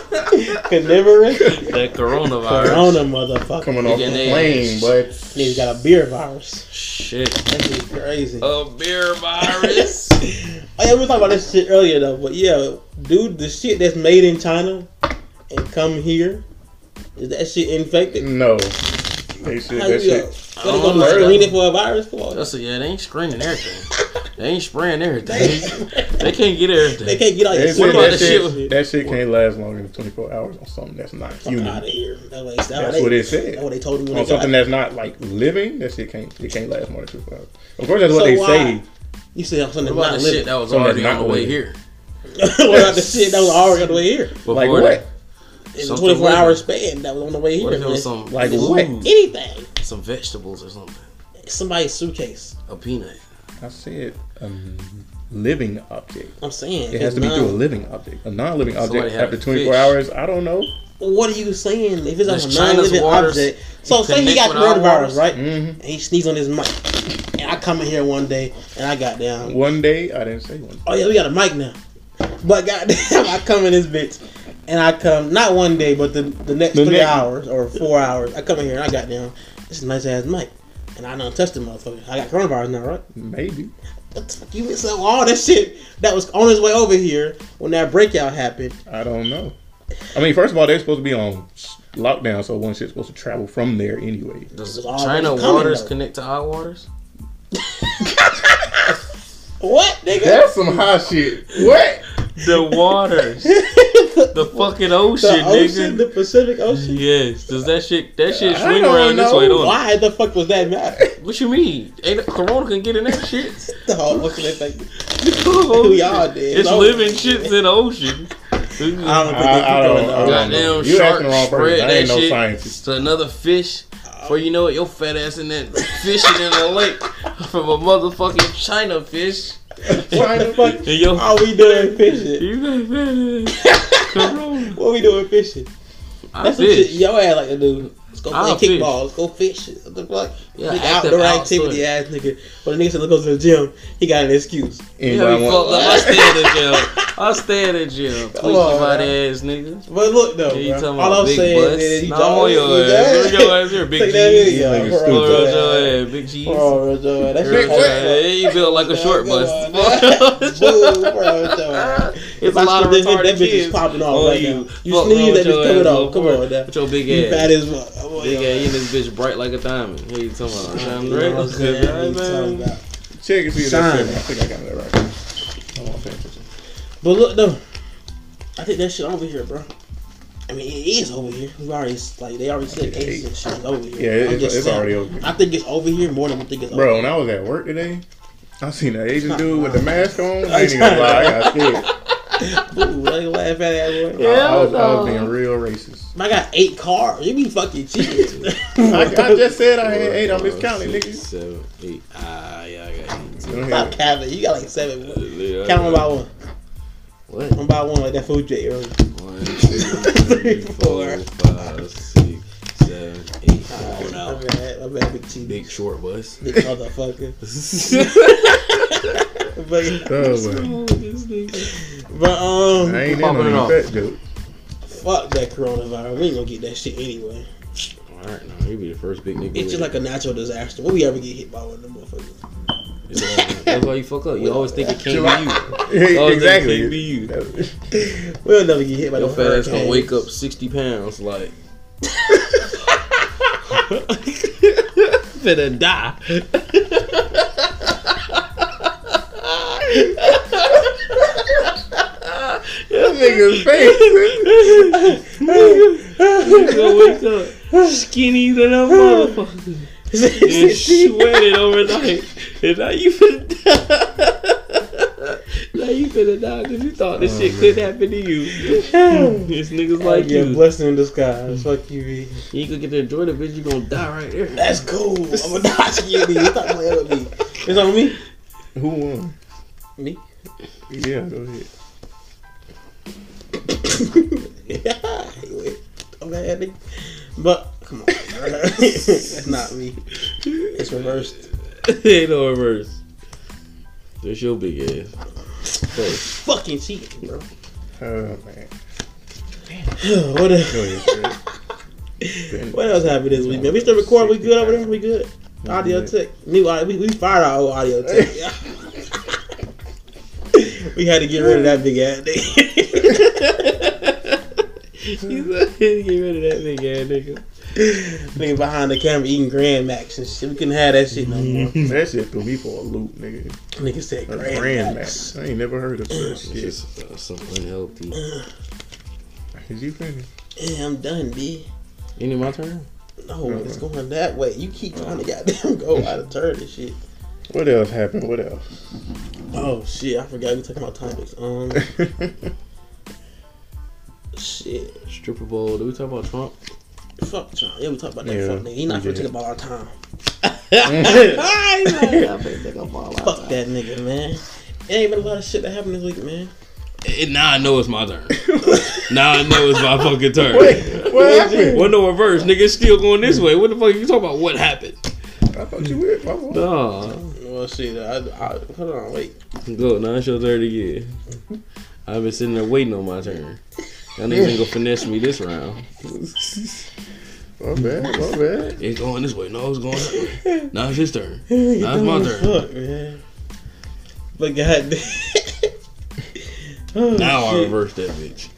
Speaker 1: Carnivorous
Speaker 3: that coronavirus.
Speaker 1: Corona motherfucker.
Speaker 2: coming off the
Speaker 3: Getting
Speaker 2: plane, but
Speaker 1: Nigga got a beer virus.
Speaker 3: Shit.
Speaker 1: That shit crazy.
Speaker 3: A beer virus.
Speaker 1: Oh yeah, we were talking about this shit earlier though, but yeah, dude, the shit that's made in China and come here, is that shit infected?
Speaker 2: no. They should.
Speaker 1: How
Speaker 2: Mm, That
Speaker 1: you
Speaker 2: shit.
Speaker 1: go? What, they
Speaker 3: don't know.
Speaker 1: gonna screen it for a virus? Come on.
Speaker 3: That's a, yeah, they ain't screening everything. They ain't spraying
Speaker 1: They,
Speaker 3: everything. they can't get everything.
Speaker 1: they can't get all your
Speaker 2: They
Speaker 1: sweat
Speaker 2: said
Speaker 1: out
Speaker 3: about
Speaker 2: that,
Speaker 1: of
Speaker 3: the
Speaker 2: shit,
Speaker 1: shit.
Speaker 2: that shit can't last longer than 24 hours on something that's not human.
Speaker 1: out of here. That way, that's
Speaker 2: That's what it said.
Speaker 1: That's what they told you when
Speaker 2: on
Speaker 1: they got.
Speaker 2: something that's not like living, that shit can't it can't last more than 24 hours. Of course, that's what
Speaker 1: So
Speaker 2: they
Speaker 1: why-
Speaker 2: say.
Speaker 1: You said something
Speaker 3: What about
Speaker 1: not
Speaker 3: the shit
Speaker 1: living.
Speaker 3: that was
Speaker 2: Something
Speaker 3: already
Speaker 2: that's
Speaker 3: on
Speaker 2: not
Speaker 3: the way
Speaker 2: living.
Speaker 3: here?
Speaker 1: What about the shit that was already on the way here?
Speaker 3: Before
Speaker 2: Like what?
Speaker 1: In the
Speaker 3: Something
Speaker 1: 24
Speaker 3: living.
Speaker 1: hour span that was on the way here.
Speaker 3: What if it was
Speaker 1: man.
Speaker 3: some
Speaker 2: Like
Speaker 3: food,
Speaker 2: what?
Speaker 1: Anything.
Speaker 3: Some vegetables or something.
Speaker 1: Somebody's suitcase.
Speaker 3: A peanut.
Speaker 2: I said um, living object.
Speaker 1: I'm saying.
Speaker 2: It
Speaker 1: it's
Speaker 2: has to be
Speaker 1: not-
Speaker 2: through a living object. A non-living
Speaker 3: Somebody
Speaker 2: object
Speaker 3: had
Speaker 2: after
Speaker 3: a
Speaker 2: 24
Speaker 3: fish.
Speaker 2: hours, I don't know.
Speaker 1: What are you saying? If it's
Speaker 3: Does
Speaker 1: on a non
Speaker 3: China's
Speaker 1: living
Speaker 3: waters
Speaker 1: object. So, say he
Speaker 3: connect
Speaker 1: got
Speaker 3: with our waters?
Speaker 1: coronavirus, right?
Speaker 2: hmm
Speaker 1: And he sneezed on his mic. And I come in here one day and I got down.
Speaker 2: One day, I didn't say one.
Speaker 1: Oh, yeah, we got a mic now. But goddamn, I come in this bitch. And I come, not one day, but the, the next
Speaker 2: The
Speaker 1: three
Speaker 2: next-
Speaker 1: hours or four hours. I come in here and I got down. This is a nice ass mic. And I done touched the motherfucker. I got coronavirus now, right?
Speaker 2: Maybe.
Speaker 1: What the fuck? You missed out on all that shit that was on his way over here when that breakout happened.
Speaker 2: I don't know. I mean, first of all, they're supposed to be on s- lockdown, so one shit's supposed to travel from there anyway.
Speaker 3: Does
Speaker 1: It's always
Speaker 3: China
Speaker 1: coming,
Speaker 3: waters
Speaker 1: though.
Speaker 3: connect to our waters?
Speaker 1: What, nigga?
Speaker 2: some hot shit. What?
Speaker 3: The waters.
Speaker 1: the
Speaker 3: the fucking ocean,
Speaker 1: ocean,
Speaker 3: nigga.
Speaker 1: the Pacific Ocean.
Speaker 3: Yes, does that shit that shit
Speaker 2: I
Speaker 3: swing
Speaker 2: don't
Speaker 3: around this
Speaker 2: know
Speaker 3: way? Don't it?
Speaker 1: Why the fuck was that matter?
Speaker 3: What you mean? Ain't Corona can get in that shit?
Speaker 1: the whole fucking thing.
Speaker 3: we
Speaker 1: all did.
Speaker 3: It's
Speaker 1: No.
Speaker 3: living shits in the ocean.
Speaker 1: I don't
Speaker 2: I,
Speaker 1: think they
Speaker 2: I
Speaker 1: keep
Speaker 2: don't,
Speaker 1: doing
Speaker 2: I don't
Speaker 1: that.
Speaker 2: know.
Speaker 3: Goddamn
Speaker 2: You
Speaker 3: shark
Speaker 2: asking the wrong
Speaker 3: spread
Speaker 2: person. I ain't
Speaker 3: that
Speaker 2: no
Speaker 3: shit
Speaker 2: scientist.
Speaker 3: to another fish. Before you know it, your fat ass in that fishing in the lake from a motherfucking China fish.
Speaker 2: Why the fuck?
Speaker 3: And your
Speaker 1: How we doing fishing?
Speaker 3: you got fat ass. Corona.
Speaker 1: What we doing fishing?
Speaker 3: I
Speaker 1: That's some shit
Speaker 3: fish.
Speaker 1: your ass like to do. Let's go play
Speaker 3: I'll fish.
Speaker 1: kickball. Let's go fishing. What the fuck?
Speaker 3: Yeah,
Speaker 1: Nigga, outdoor
Speaker 3: active outdoor.
Speaker 1: activity ass nigga. When the nigga said, let go to the gym, he got an excuse.
Speaker 3: You
Speaker 2: Anybody
Speaker 3: have me
Speaker 2: want-
Speaker 3: fucked up. I stay in the gym. I stay in the gym. Tweaking
Speaker 1: on,
Speaker 3: about
Speaker 1: man.
Speaker 3: ass nigga.
Speaker 1: But look though,
Speaker 3: Yeah, you
Speaker 1: bro,
Speaker 3: talking
Speaker 1: all
Speaker 3: about
Speaker 1: I'm
Speaker 3: big
Speaker 1: saying
Speaker 3: butts?
Speaker 1: is, you
Speaker 3: Nah,
Speaker 1: don't-
Speaker 3: on your ass. Look at your ass here, big
Speaker 1: Take that
Speaker 3: G's.
Speaker 1: video,
Speaker 2: Nigga,
Speaker 1: bro,
Speaker 2: stupid.
Speaker 1: bro,
Speaker 3: Look
Speaker 2: Look
Speaker 3: at
Speaker 1: bro.
Speaker 3: your ass, big G's.
Speaker 1: Bro, bro, Joey, that shit
Speaker 2: Big butt.
Speaker 1: hurt.
Speaker 3: Hey, you built like a short
Speaker 1: Come
Speaker 3: bus.
Speaker 1: on, Boo, bro, Joey.
Speaker 3: it's
Speaker 1: If
Speaker 3: a
Speaker 1: I
Speaker 3: lot of
Speaker 1: sneeze, that
Speaker 3: retarded
Speaker 1: bitch is
Speaker 3: kids.
Speaker 1: popping off
Speaker 3: on
Speaker 1: right
Speaker 3: you.
Speaker 1: now. You
Speaker 3: Fuck
Speaker 1: sneeze,
Speaker 3: around
Speaker 1: that bitch
Speaker 3: with your
Speaker 1: coming
Speaker 3: ass,
Speaker 1: off. Come
Speaker 3: motherfucker.
Speaker 1: on, now.
Speaker 3: With your big
Speaker 1: You fat
Speaker 3: ass.
Speaker 1: as fuck. Come on,
Speaker 3: Big
Speaker 1: yo.
Speaker 3: ass, you and this bitch bright like a diamond. What you talking about? Shine
Speaker 1: You know
Speaker 3: bright
Speaker 1: what I'm
Speaker 3: like a
Speaker 1: saying? You talking
Speaker 3: diamond.
Speaker 1: about-
Speaker 2: Check and see if
Speaker 1: Shine.
Speaker 2: that's it. I think I got that right. I want that.
Speaker 1: But look though, I think that shit over here, bro. I mean, it is over here. We already like they already said cases and shit is over here.
Speaker 2: Yeah,
Speaker 1: I'm
Speaker 2: it, it's,
Speaker 1: just
Speaker 2: it's
Speaker 1: saying.
Speaker 2: already over.
Speaker 1: I think it's over here more than we think it's
Speaker 2: Bro,
Speaker 1: over.
Speaker 2: when I was at work today, I seen that Asian dude with the mask on. I ain't even gonna lie, I got scared.
Speaker 1: Bro, laugh at that boy.
Speaker 2: I, I, was, I
Speaker 3: Hell no.
Speaker 2: was being real racist.
Speaker 1: I got eight cars. You be fucking cheating.
Speaker 2: I, I just said I had eight. I'm
Speaker 3: Four,
Speaker 2: miscounting,
Speaker 3: six,
Speaker 2: nigga.
Speaker 3: Seven, eight. Ah, yeah, I got eight.
Speaker 2: Go
Speaker 1: Stop
Speaker 2: ahead.
Speaker 1: counting. You got like seven. Count
Speaker 3: Yeah, I
Speaker 1: them by
Speaker 3: got-
Speaker 1: one.
Speaker 3: What?
Speaker 1: One by one, like that food jet earlier.
Speaker 3: One, two, three, four, five, six, seven, eight. Come on
Speaker 1: My
Speaker 3: out.
Speaker 1: bad. My bad. Big cheating.
Speaker 3: Oh, Big short bus.
Speaker 1: Big motherfucker. but,
Speaker 2: Oh, well.
Speaker 3: Nigga,
Speaker 1: but um,
Speaker 2: I ain't in
Speaker 3: Popping it
Speaker 2: on
Speaker 3: off.
Speaker 2: any fat joke.
Speaker 1: fuck that coronavirus. We ain't gonna get that shit anyway.
Speaker 3: Alright, now he'll be the first big nigga.
Speaker 1: It's just like a natural disaster. What we ever get hit by one of them motherfuckers?
Speaker 3: That's why you fuck up. You always think it can't be you.
Speaker 2: Yeah,
Speaker 3: Oh, that
Speaker 2: exactly.
Speaker 3: can't be you.
Speaker 1: We'll never get hit by
Speaker 3: Your
Speaker 1: no
Speaker 3: fat ass gonna
Speaker 1: hurricanes.
Speaker 3: wake up sixty pounds, like finna die.
Speaker 2: That nigga's face.
Speaker 3: You gonna wake up skinny than a motherfucker and sweated overnight, and now you finna die. now you finna die because you thought this shit could happen to you. This niggas like
Speaker 1: yeah,
Speaker 3: you.
Speaker 1: blessing in disguise. Fuck you, B.
Speaker 3: You ain't gonna get to enjoy the bitch. You gonna die right there.
Speaker 1: That's cool. I'm a Nazi, you B. Stop playing with me. It's on me.
Speaker 2: Who won?
Speaker 1: Me.
Speaker 2: Yeah, go ahead.
Speaker 1: okay, nigga. But come on, bro. that's not me. It's reversed.
Speaker 3: Ain't no reverse. That's your big ass. Fuck.
Speaker 1: Fucking cheating, bro.
Speaker 2: Oh, man.
Speaker 1: what, a,
Speaker 2: Go ahead,
Speaker 1: what else happened this week, man? We still recording. We good over there? We good. Audio
Speaker 2: Yeah.
Speaker 1: tech. New audio. We, we fired our old audio tech. we had to get rid of that big ass nigga.
Speaker 3: you said, get rid of that big ass nigga.
Speaker 1: Nigga behind the camera eating Grand Max and shit. We couldn't have that shit no more.
Speaker 2: that shit threw me for a loop, nigga.
Speaker 1: Nigga said
Speaker 2: A
Speaker 1: Grand,
Speaker 2: Grand
Speaker 1: Max.
Speaker 2: Max. I ain't never heard of such shit. Is
Speaker 3: Just, uh, something healthy.
Speaker 2: you finished?
Speaker 1: Yeah, I'm done, B.
Speaker 3: Any my turn?
Speaker 1: No, it's going that way. You keep trying to goddamn go out of turn and shit.
Speaker 2: What else happened? What else?
Speaker 1: Oh shit, I forgot we talking about topics. Um, shit.
Speaker 3: Stripper bowl. Did we talk about Trump?
Speaker 1: Fuck Trump. Yeah, we talked about that
Speaker 2: Yeah,
Speaker 1: fuck nigga. He not
Speaker 2: we
Speaker 1: finna take
Speaker 2: did.
Speaker 1: up all our time. Fuck
Speaker 3: Fuck
Speaker 1: that nigga, man. It ain't been a lot of shit that happened this week, man.
Speaker 3: And now Eh, I know it's my turn. now I know it's my fucking turn.
Speaker 2: what happened?
Speaker 3: What no reverse, nigga? It's still going this way. What the fuck you talking about? What happened?
Speaker 2: I thought you were. my fault.
Speaker 3: No,
Speaker 1: Well, shit. I, I hold on, wait.
Speaker 3: go now it's your turn again. I've been sitting there waiting on my turn. Y'all niggas ain't gonna finesse me this round.
Speaker 2: My bad. My bad.
Speaker 3: It's going this way. No, it's going that way. Now it's his turn. Now it's my turn.
Speaker 1: Fuck, man. But god. oh,
Speaker 3: Now I
Speaker 1: shit.
Speaker 3: reverse that bitch.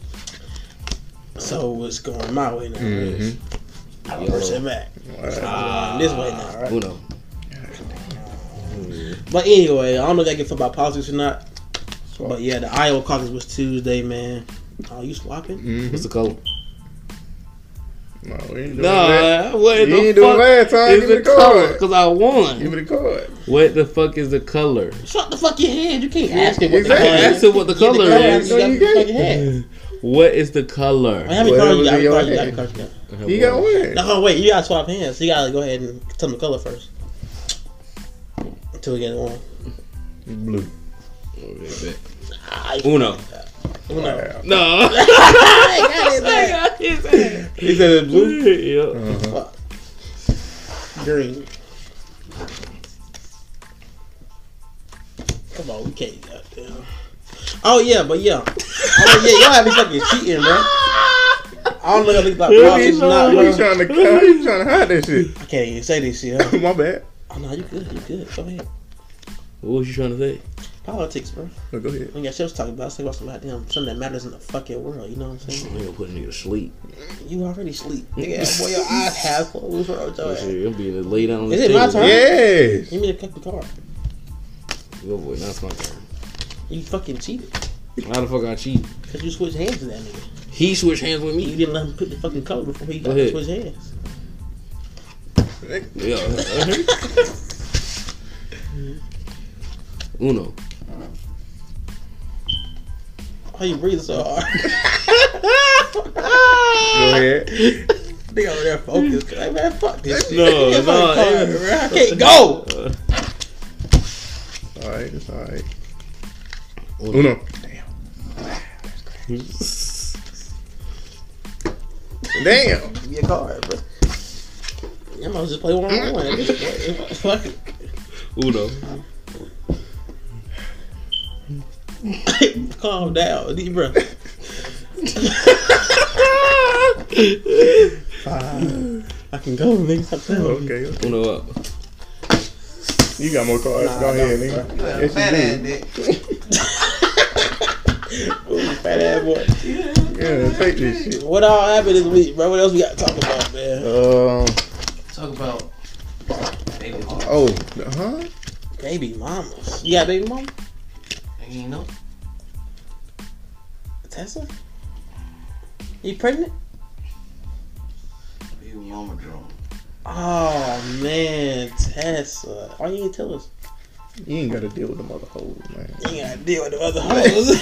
Speaker 1: So what's going my way now?
Speaker 2: Mhm.
Speaker 1: I reverse it back.
Speaker 2: Wow.
Speaker 1: I'm going this way now, right?
Speaker 3: Uno.
Speaker 1: But anyway, I don't know if that gets about politics or not. But yeah, the Iowa caucus was Tuesday, man. Oh, you swapping?
Speaker 2: Mhm.
Speaker 3: What's the color?
Speaker 2: No, we ain't doing that.
Speaker 3: Nah, what
Speaker 2: You
Speaker 3: the
Speaker 2: ain't doing
Speaker 3: fuck
Speaker 2: last time.
Speaker 3: is
Speaker 2: Give me
Speaker 3: the
Speaker 2: the card.
Speaker 3: color? Cause I
Speaker 2: Give
Speaker 3: won.
Speaker 2: me the card.
Speaker 3: What the fuck is the color?
Speaker 1: Shut the fuck your head. You can't ask him what the
Speaker 2: Exactly.
Speaker 1: color
Speaker 3: That's
Speaker 1: is.
Speaker 3: it. What the
Speaker 1: Get the
Speaker 3: color
Speaker 1: card,
Speaker 3: is?
Speaker 1: you got
Speaker 2: You
Speaker 1: the
Speaker 2: got-
Speaker 1: fucking head.
Speaker 3: What is the color?
Speaker 1: How many cards you got?
Speaker 2: Whatever's in your
Speaker 1: How many cards you got?
Speaker 2: hand.
Speaker 1: How many cards you got?
Speaker 2: You got one.
Speaker 1: No, wait, you gotta swap hands. You gotta go ahead and tell them the color first. Until we get one.
Speaker 2: Blue.
Speaker 3: Okay,
Speaker 1: Ah,
Speaker 3: bet.
Speaker 1: you know.
Speaker 3: Uno.
Speaker 2: Wow.
Speaker 3: No.
Speaker 1: I got it, man.
Speaker 2: He said it's blue.
Speaker 3: yeah.
Speaker 2: Uh-huh.
Speaker 1: Fuck. Green. Come on, we can't get down. Oh yeah, but yeah. Oh yeah, y'all have me fucking cheating, bro. I don't know nothing about politics or not,
Speaker 2: You
Speaker 1: bro.
Speaker 2: trying to you trying to hide that shit?
Speaker 1: I can't even say this shit. Huh?
Speaker 2: My bad.
Speaker 1: Oh no, you good, you good. Go ahead.
Speaker 3: What was you trying to say?
Speaker 1: Politics, bro.
Speaker 2: No, go ahead.
Speaker 1: We got shit to talk about. Let's talk about some goddamn something that matters in the fucking world. You know what I'm saying?
Speaker 3: I'm gonna put a nigga to sleep.
Speaker 1: You already sleep, nigga. Boy, your eyes have closed, bro. Joe.
Speaker 3: Shit, I'm being laid down on the
Speaker 1: Is it my
Speaker 3: table.
Speaker 1: turn?
Speaker 2: Yes.
Speaker 1: You mean to cut the card?
Speaker 3: Go boy, now it's my turn.
Speaker 1: You fucking cheated
Speaker 3: How the fuck I cheat?
Speaker 1: because you switched hands with that nigga.
Speaker 3: He switched hands with
Speaker 1: You
Speaker 3: me.
Speaker 1: didn't let him put the fucking color before he
Speaker 3: Go
Speaker 1: got to
Speaker 3: ahead.
Speaker 1: switch hands.
Speaker 3: Yeah. Uno.
Speaker 1: Why you breathing so hard?
Speaker 2: Go ahead.
Speaker 1: Nigga over there focused. Like, man, fuck this shit.
Speaker 3: No,
Speaker 1: Give me my
Speaker 3: no,
Speaker 1: card,
Speaker 3: it-
Speaker 1: bro. I can't go.
Speaker 3: Uh,
Speaker 2: All right. It's all right.
Speaker 3: Uno.
Speaker 2: Uno. Damn. Damn.
Speaker 1: Give me a card, bro. I'm gonna just play one on one. at this point. Fuck it.
Speaker 3: Uno.
Speaker 1: Calm down, deep breath. I can go, nigga. Stop playing. with me.
Speaker 2: Okay. okay.
Speaker 3: Uno up.
Speaker 2: You got more cards.
Speaker 1: Nah,
Speaker 2: go ahead,
Speaker 1: nah,
Speaker 2: nigga.
Speaker 4: Fat ass
Speaker 2: Yes, you do.
Speaker 4: dick.
Speaker 1: Ooh, fat ass boy.
Speaker 2: Yeah, take this shit.
Speaker 1: What all happened this week, bro? What else we got to talk about, man?
Speaker 2: Um.
Speaker 4: Talk about baby mama.
Speaker 2: Oh. Huh.
Speaker 1: Baby mamas. You got baby mama?
Speaker 4: You know?
Speaker 1: Tessa? You pregnant?
Speaker 4: Baby mama drone.
Speaker 1: Oh man, Tessa. Why you ain't tell us?
Speaker 2: You ain't gotta deal with the mother hoes, man.
Speaker 1: You ain't gotta deal with the other hoes.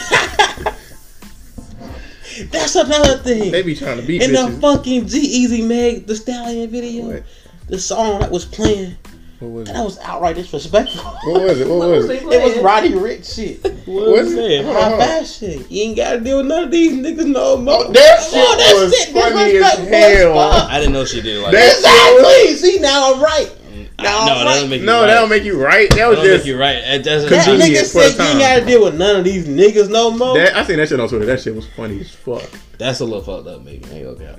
Speaker 1: That's another thing.
Speaker 2: They be trying to beat
Speaker 1: In the
Speaker 2: bitches.
Speaker 1: fucking G Easy Meg the Stallion video,
Speaker 2: What?
Speaker 1: the song that was playing,
Speaker 2: What was
Speaker 1: that
Speaker 2: it?
Speaker 1: was outright disrespectful.
Speaker 2: What was it? What was it?
Speaker 1: It was Roddy Rich shit.
Speaker 2: What was it? Hold
Speaker 1: High
Speaker 2: on, hold on.
Speaker 1: fashion. You ain't gotta deal with none of these niggas no more.
Speaker 2: Uh-huh. Oh, that shit was funny as
Speaker 1: disrespectful as
Speaker 2: hell.
Speaker 1: fuck.
Speaker 3: I didn't know she did like
Speaker 2: That-
Speaker 3: that.
Speaker 1: Exactly. See now I'm right.
Speaker 3: I-
Speaker 1: Now
Speaker 3: no,
Speaker 1: I'm
Speaker 3: that
Speaker 1: right.
Speaker 3: don't make you
Speaker 2: No,
Speaker 3: right.
Speaker 2: that don't make you right. That was
Speaker 3: That don't
Speaker 2: just
Speaker 3: make you right. That doesn't
Speaker 1: That
Speaker 2: Convenient
Speaker 1: nigga
Speaker 2: for the
Speaker 1: said you ain't
Speaker 2: time.
Speaker 1: gotta deal with none of these niggas no more.
Speaker 2: That, I seen that shit on Twitter. That shit was funny as fuck.
Speaker 3: That's a little fucked up, maybe. Ain't okay.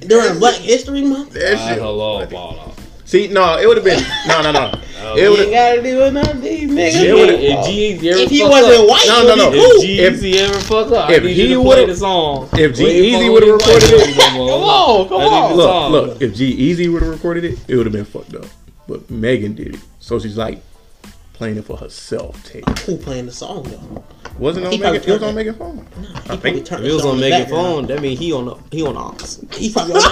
Speaker 1: During Black History Month.
Speaker 2: That
Speaker 3: I
Speaker 2: shit.
Speaker 3: hello
Speaker 2: was funny.
Speaker 3: ball off.
Speaker 2: See, no, it would have been no, no, no. It
Speaker 1: You
Speaker 2: would
Speaker 1: ain't
Speaker 2: have.
Speaker 1: gotta do nothing, these
Speaker 3: It would've-
Speaker 1: niggas.
Speaker 3: if G-Eazy ever
Speaker 1: If he
Speaker 3: fuck
Speaker 1: wasn't
Speaker 3: up-
Speaker 1: white,
Speaker 2: No,
Speaker 1: it would
Speaker 2: no,
Speaker 1: be
Speaker 2: no.
Speaker 1: cool.
Speaker 3: If G-Easy ever fuck up,
Speaker 2: if
Speaker 3: I need you
Speaker 2: he
Speaker 3: to play
Speaker 2: would've-
Speaker 3: the song.
Speaker 2: If G
Speaker 3: We ain't
Speaker 2: Easy
Speaker 3: fucking
Speaker 2: would have
Speaker 3: with white
Speaker 2: recorded it,
Speaker 3: dudes no more.
Speaker 1: Come on, come
Speaker 3: I need
Speaker 1: on.
Speaker 3: the
Speaker 2: look,
Speaker 3: song.
Speaker 2: look. If G Easy would have recorded it, it would have been fucked up. But Megan did it, so she's like playing it for herself. Tape
Speaker 1: Who playing the song though?
Speaker 2: wasn't it
Speaker 1: He
Speaker 2: on
Speaker 1: probably
Speaker 2: Megan. It was on
Speaker 1: turned
Speaker 2: Megan phone. I
Speaker 1: He
Speaker 2: think.
Speaker 1: turned
Speaker 3: If it was
Speaker 1: the
Speaker 3: on
Speaker 1: song in the
Speaker 3: Megan phone, that mean he on the, he on ox.
Speaker 1: background. He probably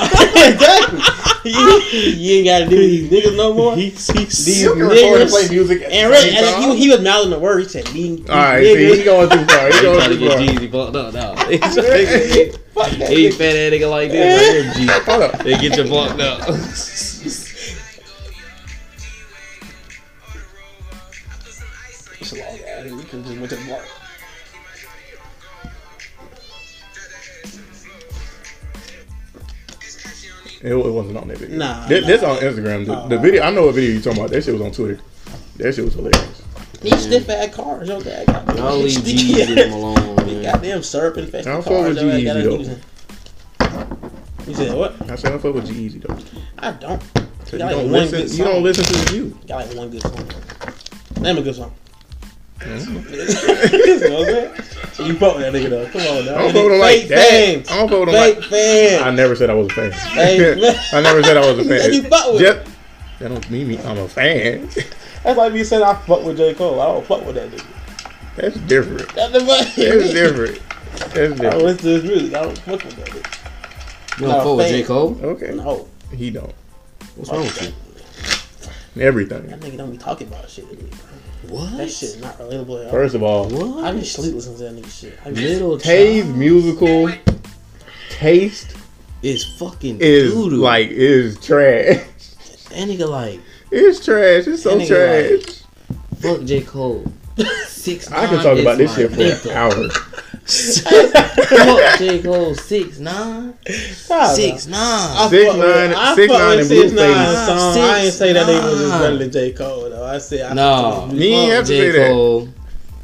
Speaker 1: exactly. You, you ain't gotta do these niggas no more.
Speaker 3: He's
Speaker 1: These
Speaker 3: he's
Speaker 2: You can record and
Speaker 1: niggas-
Speaker 2: play music. at
Speaker 1: And
Speaker 2: the
Speaker 1: really,
Speaker 2: same
Speaker 1: and
Speaker 2: time?
Speaker 1: he, he was mouthing the word. He said, "Me,
Speaker 2: All right, see, he going too far. He
Speaker 3: trying to
Speaker 2: going too
Speaker 3: get
Speaker 2: far.
Speaker 3: G-Eazy fucked up now. He trying to get- He fat ass nigga like this. Like, here, G.
Speaker 2: Hold up.
Speaker 3: They get you fucked up.
Speaker 1: It's a long guy. You could just went to the bar.
Speaker 2: It, it wasn't on that video.
Speaker 1: Nah,
Speaker 2: Th-
Speaker 1: nah.
Speaker 2: this on Instagram. The, the video I know what video you talking about. That shit was on Twitter. That shit was hilarious.
Speaker 1: These stiff ass cars, your dad got them.
Speaker 3: I'll leave
Speaker 1: Sticky
Speaker 3: G
Speaker 1: ass-
Speaker 3: him alone. Man.
Speaker 1: Goddamn syrup infested
Speaker 2: I don't
Speaker 1: cars.
Speaker 2: fuck with
Speaker 1: your dad
Speaker 2: G-Eazy,
Speaker 1: got them
Speaker 2: though.
Speaker 1: using. You said what?
Speaker 2: I said I fuck with G Easy though. 'Cause
Speaker 1: I don't.
Speaker 2: You
Speaker 1: You got like
Speaker 2: don't
Speaker 1: one good
Speaker 2: listen. You don't
Speaker 1: song.
Speaker 2: listen to the view.
Speaker 1: Got like one good song. Name a good song.
Speaker 2: Mhm.
Speaker 1: you know what I'm saying? You fuck with that nigga though. Come on, dog.
Speaker 2: I don't fuck with them like
Speaker 1: Fake
Speaker 2: that.
Speaker 1: fans.
Speaker 2: I don't fuck with them
Speaker 1: Fake
Speaker 2: like. I
Speaker 1: fans.
Speaker 2: never said I was a fan.
Speaker 1: Hey, man.
Speaker 2: I never said I was a
Speaker 1: You
Speaker 2: fan.
Speaker 1: said you fuck with
Speaker 2: Just- that don't mean me. I'm a fan.
Speaker 1: That's like me saying I fuck with J. Cole. I don't fuck with that nigga.
Speaker 2: That's different.
Speaker 1: That's the
Speaker 2: That's
Speaker 1: money.
Speaker 2: different. That's
Speaker 1: I
Speaker 2: different.
Speaker 1: listen to his music. I don't fuck with that nigga.
Speaker 3: You don't fuck with J. Cole?
Speaker 2: Okay.
Speaker 1: No.
Speaker 2: He don't.
Speaker 3: What's wrong with you?
Speaker 2: Everything.
Speaker 1: That nigga don't be talking about shit to me.
Speaker 3: What?
Speaker 1: That shit not relatable at all.
Speaker 2: First of all,
Speaker 3: What?
Speaker 1: I just sleep listening to that nigga shit. I just,
Speaker 3: Little
Speaker 2: Tay's
Speaker 3: Tay
Speaker 2: musical taste
Speaker 3: is fucking
Speaker 2: is
Speaker 3: doo-doo.
Speaker 2: like is trash.
Speaker 3: that nigga like
Speaker 2: It's trash. It's so
Speaker 3: That
Speaker 2: trash.
Speaker 3: nigga fuck J Cole. Six.
Speaker 2: I can talk about this shit for an
Speaker 3: hours.
Speaker 2: hour.
Speaker 3: fuck J Cole. Six nine.
Speaker 1: Nah,
Speaker 3: Six
Speaker 1: nah. I
Speaker 3: nine.
Speaker 2: Six
Speaker 1: fuck with-
Speaker 2: nine-
Speaker 1: I
Speaker 2: six
Speaker 1: fuck
Speaker 2: nine
Speaker 1: with
Speaker 2: and
Speaker 1: six
Speaker 2: Blueface.
Speaker 1: nine song. I ain't
Speaker 3: Six
Speaker 1: say that nigga was just
Speaker 3: nine.
Speaker 1: better than J. Cole though. I said I
Speaker 3: Nah.
Speaker 1: fuck with
Speaker 2: Me ain't
Speaker 3: fuck
Speaker 2: have to
Speaker 3: J.
Speaker 2: say that.
Speaker 3: Cole.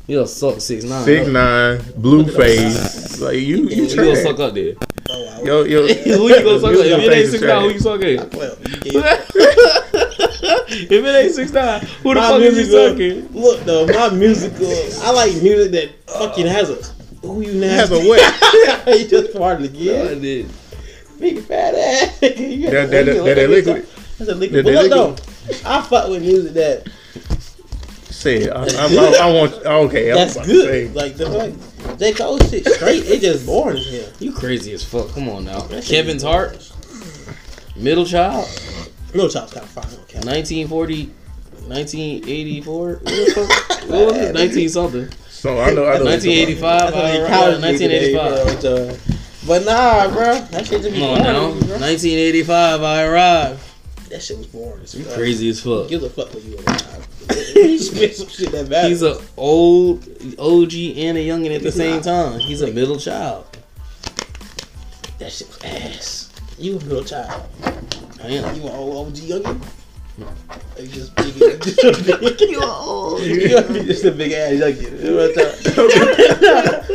Speaker 3: You gonna suck six nine.
Speaker 2: Six nine, blue face. Like you, you
Speaker 3: You gonna
Speaker 2: trash.
Speaker 3: suck up there?
Speaker 1: Cole.
Speaker 2: Yo, yo.
Speaker 3: who you gonna suck up? If it ain't
Speaker 2: Blueface is
Speaker 3: six nine, who you
Speaker 2: trash.
Speaker 3: suck at?
Speaker 1: Well, you gave-
Speaker 3: if it ain't six nine, who the
Speaker 1: My
Speaker 3: fuck is you
Speaker 1: musical-
Speaker 3: sucking?
Speaker 1: Look though, my musical. I like music that fucking has a. Who you
Speaker 2: Has
Speaker 1: nasty?
Speaker 2: a what?
Speaker 1: you just farted
Speaker 3: Yeah, I
Speaker 1: again.
Speaker 3: did.
Speaker 1: Big fat ass. You
Speaker 2: That-
Speaker 1: got-
Speaker 2: that-
Speaker 1: you
Speaker 2: that-
Speaker 1: look
Speaker 2: that
Speaker 1: at
Speaker 2: liquid.
Speaker 1: yourself. That's a
Speaker 2: That-
Speaker 1: liquid.
Speaker 2: that
Speaker 1: But look
Speaker 2: liquid.
Speaker 1: though, I fuck with music that
Speaker 2: Say it. I, I, I, I want. Okay, I'm
Speaker 1: that's
Speaker 2: about
Speaker 1: good.
Speaker 2: to say.
Speaker 1: Like the fuck, J Cole shit straight. It just boring as hell.
Speaker 3: You crazy as fuck. Come on now. Kevin's heart. Middle child.
Speaker 1: No chop's kind of fine. I don't care.
Speaker 3: 1940, 1984. What the fuck? What was it? 19 something.
Speaker 2: So I know. I know. what you're talking about.
Speaker 3: 1985.
Speaker 1: That's how
Speaker 3: I
Speaker 1: they
Speaker 3: don't
Speaker 1: college
Speaker 3: know,
Speaker 1: music they,
Speaker 3: 1985.
Speaker 1: bro, it's, uh, But nah, bro, that shit just be
Speaker 3: Come
Speaker 1: boring.
Speaker 3: on now.
Speaker 1: to me, bro.
Speaker 3: 1985. I arrived.
Speaker 1: That shit was boring. as
Speaker 3: You
Speaker 1: fuck.
Speaker 3: crazy as fuck.
Speaker 1: Give a fuck what you alive. you spit some shit that bad.
Speaker 3: He's a old OG and a youngin at the same time. He's a middle child.
Speaker 1: that shit was ass. You a little child.
Speaker 3: I am.
Speaker 1: You an old OG youngin. You just big. Just a big. You know, just a big ass youngin. You know what I'm talking-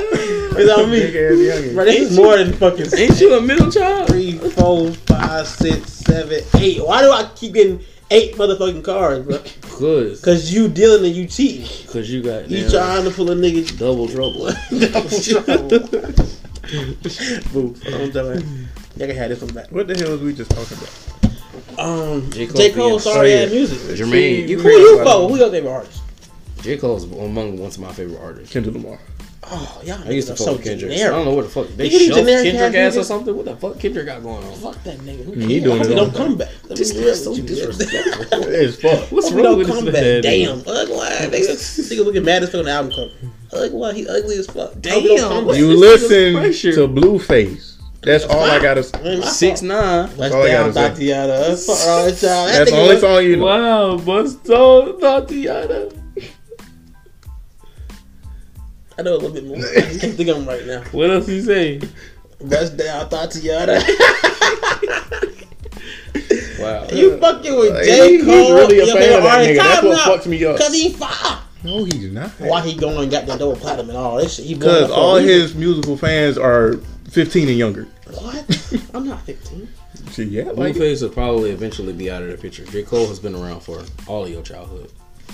Speaker 1: It's on
Speaker 2: Big
Speaker 1: me.
Speaker 2: ass youngin.
Speaker 1: Bro, this is more than fucking six,
Speaker 3: Ain't you a middle child?
Speaker 1: three, four, five, six, seven, eight. Why do I keep getting eight motherfucking cards, bro?
Speaker 3: Cause,
Speaker 1: Cause you dealing and you cheating.
Speaker 3: cause you got
Speaker 1: You
Speaker 3: now
Speaker 1: trying to pull a nigga
Speaker 3: double trouble.
Speaker 1: Boo. I'm done. Y'all can have this one back.
Speaker 2: What the hell was we just talking about?
Speaker 1: Um,
Speaker 3: J. Cole
Speaker 1: J.
Speaker 3: being-
Speaker 1: Cole, sorry
Speaker 2: Oh, yeah.
Speaker 1: ass music.
Speaker 3: Jermaine, you
Speaker 1: Who
Speaker 3: crazy.
Speaker 1: you for? Who your favorite artist?
Speaker 3: J. Cole's among once of my favorite artists.
Speaker 2: Kendrick Lamar.
Speaker 1: Oh, y'all
Speaker 3: I used
Speaker 1: niggas
Speaker 3: to
Speaker 1: are
Speaker 3: fuck
Speaker 1: so
Speaker 3: with Kendrick. I
Speaker 1: generic.
Speaker 3: don't know what the fuck they
Speaker 1: Nigga, these
Speaker 3: shoved
Speaker 1: generic
Speaker 3: Kendrick
Speaker 1: ass
Speaker 3: ass or
Speaker 1: niggas.
Speaker 3: something. What the fuck Kendrick got going on?
Speaker 1: Fuck that nigga. Who
Speaker 2: He
Speaker 1: cares? I
Speaker 2: doing
Speaker 1: hope he
Speaker 2: his own
Speaker 1: don't
Speaker 2: thing.
Speaker 1: come back. Let me
Speaker 3: This
Speaker 1: real
Speaker 3: nigga's so
Speaker 1: with you, nigga.
Speaker 3: disrespectful.
Speaker 2: It's fuck.
Speaker 3: What's
Speaker 1: Hope he
Speaker 3: wrong
Speaker 1: don't
Speaker 3: with
Speaker 1: come
Speaker 3: this
Speaker 1: back.
Speaker 3: man?
Speaker 1: Damn, Ugg Wine. Nigga, nigga looking mad as fuck on the album cover. Ugg Wine, he ugly as fuck. Damn. Hope he don't come back.
Speaker 2: You
Speaker 3: This nigga's
Speaker 2: listen
Speaker 3: pressure.
Speaker 2: to Blueface. That's all I gotta. s-
Speaker 1: Man, my
Speaker 3: Six
Speaker 1: fault.
Speaker 3: nine.
Speaker 2: That's all I
Speaker 1: Let's down
Speaker 2: gotta say.
Speaker 1: Tatiana. That's fuck all that y'all. That
Speaker 2: That's the
Speaker 1: nigga
Speaker 2: only
Speaker 1: was-
Speaker 2: song you know.
Speaker 3: Wow, Busto Tatiana.
Speaker 1: I know a little bit more. I can't think of him right now.
Speaker 3: What else you say?
Speaker 1: Best day I thought to Yada.
Speaker 3: Wow.
Speaker 1: you fucking with
Speaker 2: Like,
Speaker 1: J.
Speaker 2: he-
Speaker 1: Cole.
Speaker 2: He's really a
Speaker 1: your
Speaker 2: fan of
Speaker 1: favorite
Speaker 2: that
Speaker 1: artist.
Speaker 2: nigga. That's
Speaker 1: Time
Speaker 2: what
Speaker 1: out.
Speaker 2: fucks me up.
Speaker 1: Cause he fire.
Speaker 2: No, he's not.
Speaker 1: Why he going and got the double platinum and all that shit? He blowing
Speaker 2: Because
Speaker 1: up for
Speaker 2: all
Speaker 1: a reason.
Speaker 2: his musical fans are 15 and younger.
Speaker 1: What? I'm not 15.
Speaker 2: She, yeah, like
Speaker 3: Blueface will probably eventually be out of the picture. J. Cole has been around for all of your childhood.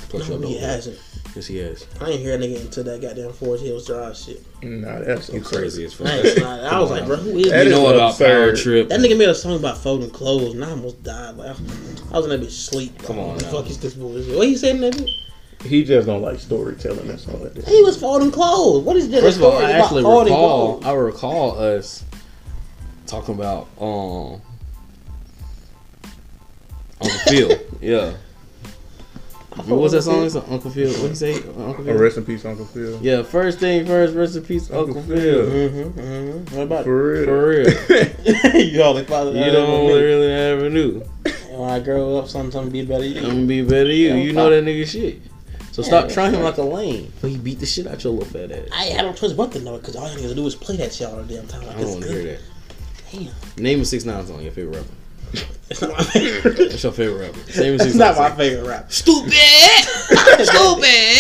Speaker 3: Plus your
Speaker 1: No, he
Speaker 3: adulthood.
Speaker 1: hasn't.
Speaker 3: Yes, he has.
Speaker 1: I ain't hear a nigga until that goddamn Forest Hills Drive shit.
Speaker 2: nah, that's so
Speaker 3: You crazy as fuck.
Speaker 1: I, ain't lying. I was like, bro, who is
Speaker 2: That
Speaker 3: You
Speaker 1: that?
Speaker 2: is-
Speaker 3: know about Power
Speaker 2: absurd.
Speaker 3: Trip.
Speaker 1: That nigga made a song about folding clothes, and I almost died. Like, I was in that bitch sleep.
Speaker 3: Come on
Speaker 1: What the
Speaker 3: now.
Speaker 1: fuck is this bullshit? What he said in that bitch?
Speaker 2: He just don't like storytelling. That's all it is.
Speaker 1: He was folding clothes. What is this?
Speaker 3: First of all, I
Speaker 1: story about
Speaker 3: actually
Speaker 1: folding
Speaker 3: recall.
Speaker 1: clothes?
Speaker 3: I recall us talking about um on Uncle Phil. Yeah. What was that song? It's Uncle Phil. What he say? Uncle
Speaker 2: Oh,
Speaker 3: Phil.
Speaker 2: rest in peace, Uncle Phil.
Speaker 3: Yeah. First thing first. Rest in peace, Uncle,
Speaker 2: Uncle
Speaker 3: Phil.
Speaker 2: Phil.
Speaker 1: Mm-hmm, mm-hmm. What about it?
Speaker 2: For real.
Speaker 3: For real.
Speaker 1: you all like,
Speaker 3: You don't really ever knew.
Speaker 1: When I grow up, sometimes I'm gonna be better
Speaker 3: I'm
Speaker 1: than you.
Speaker 3: gonna be better than you.
Speaker 1: Yeah,
Speaker 3: You know that nigga shit. So stop trying him like a lame. But he beat the shit out your little fat ass.
Speaker 1: I, I don't trust what to know because all you niggas do is play that shit all the damn time. Like,
Speaker 3: I don't want to hear that.
Speaker 1: Damn.
Speaker 3: Name a six nine song. Your favorite rapper.
Speaker 1: It's not my favorite.
Speaker 3: What's your favorite rapper? Name a six
Speaker 1: It's
Speaker 3: nine
Speaker 1: not
Speaker 3: song.
Speaker 1: my favorite rap.
Speaker 3: Stupid.
Speaker 1: stupid.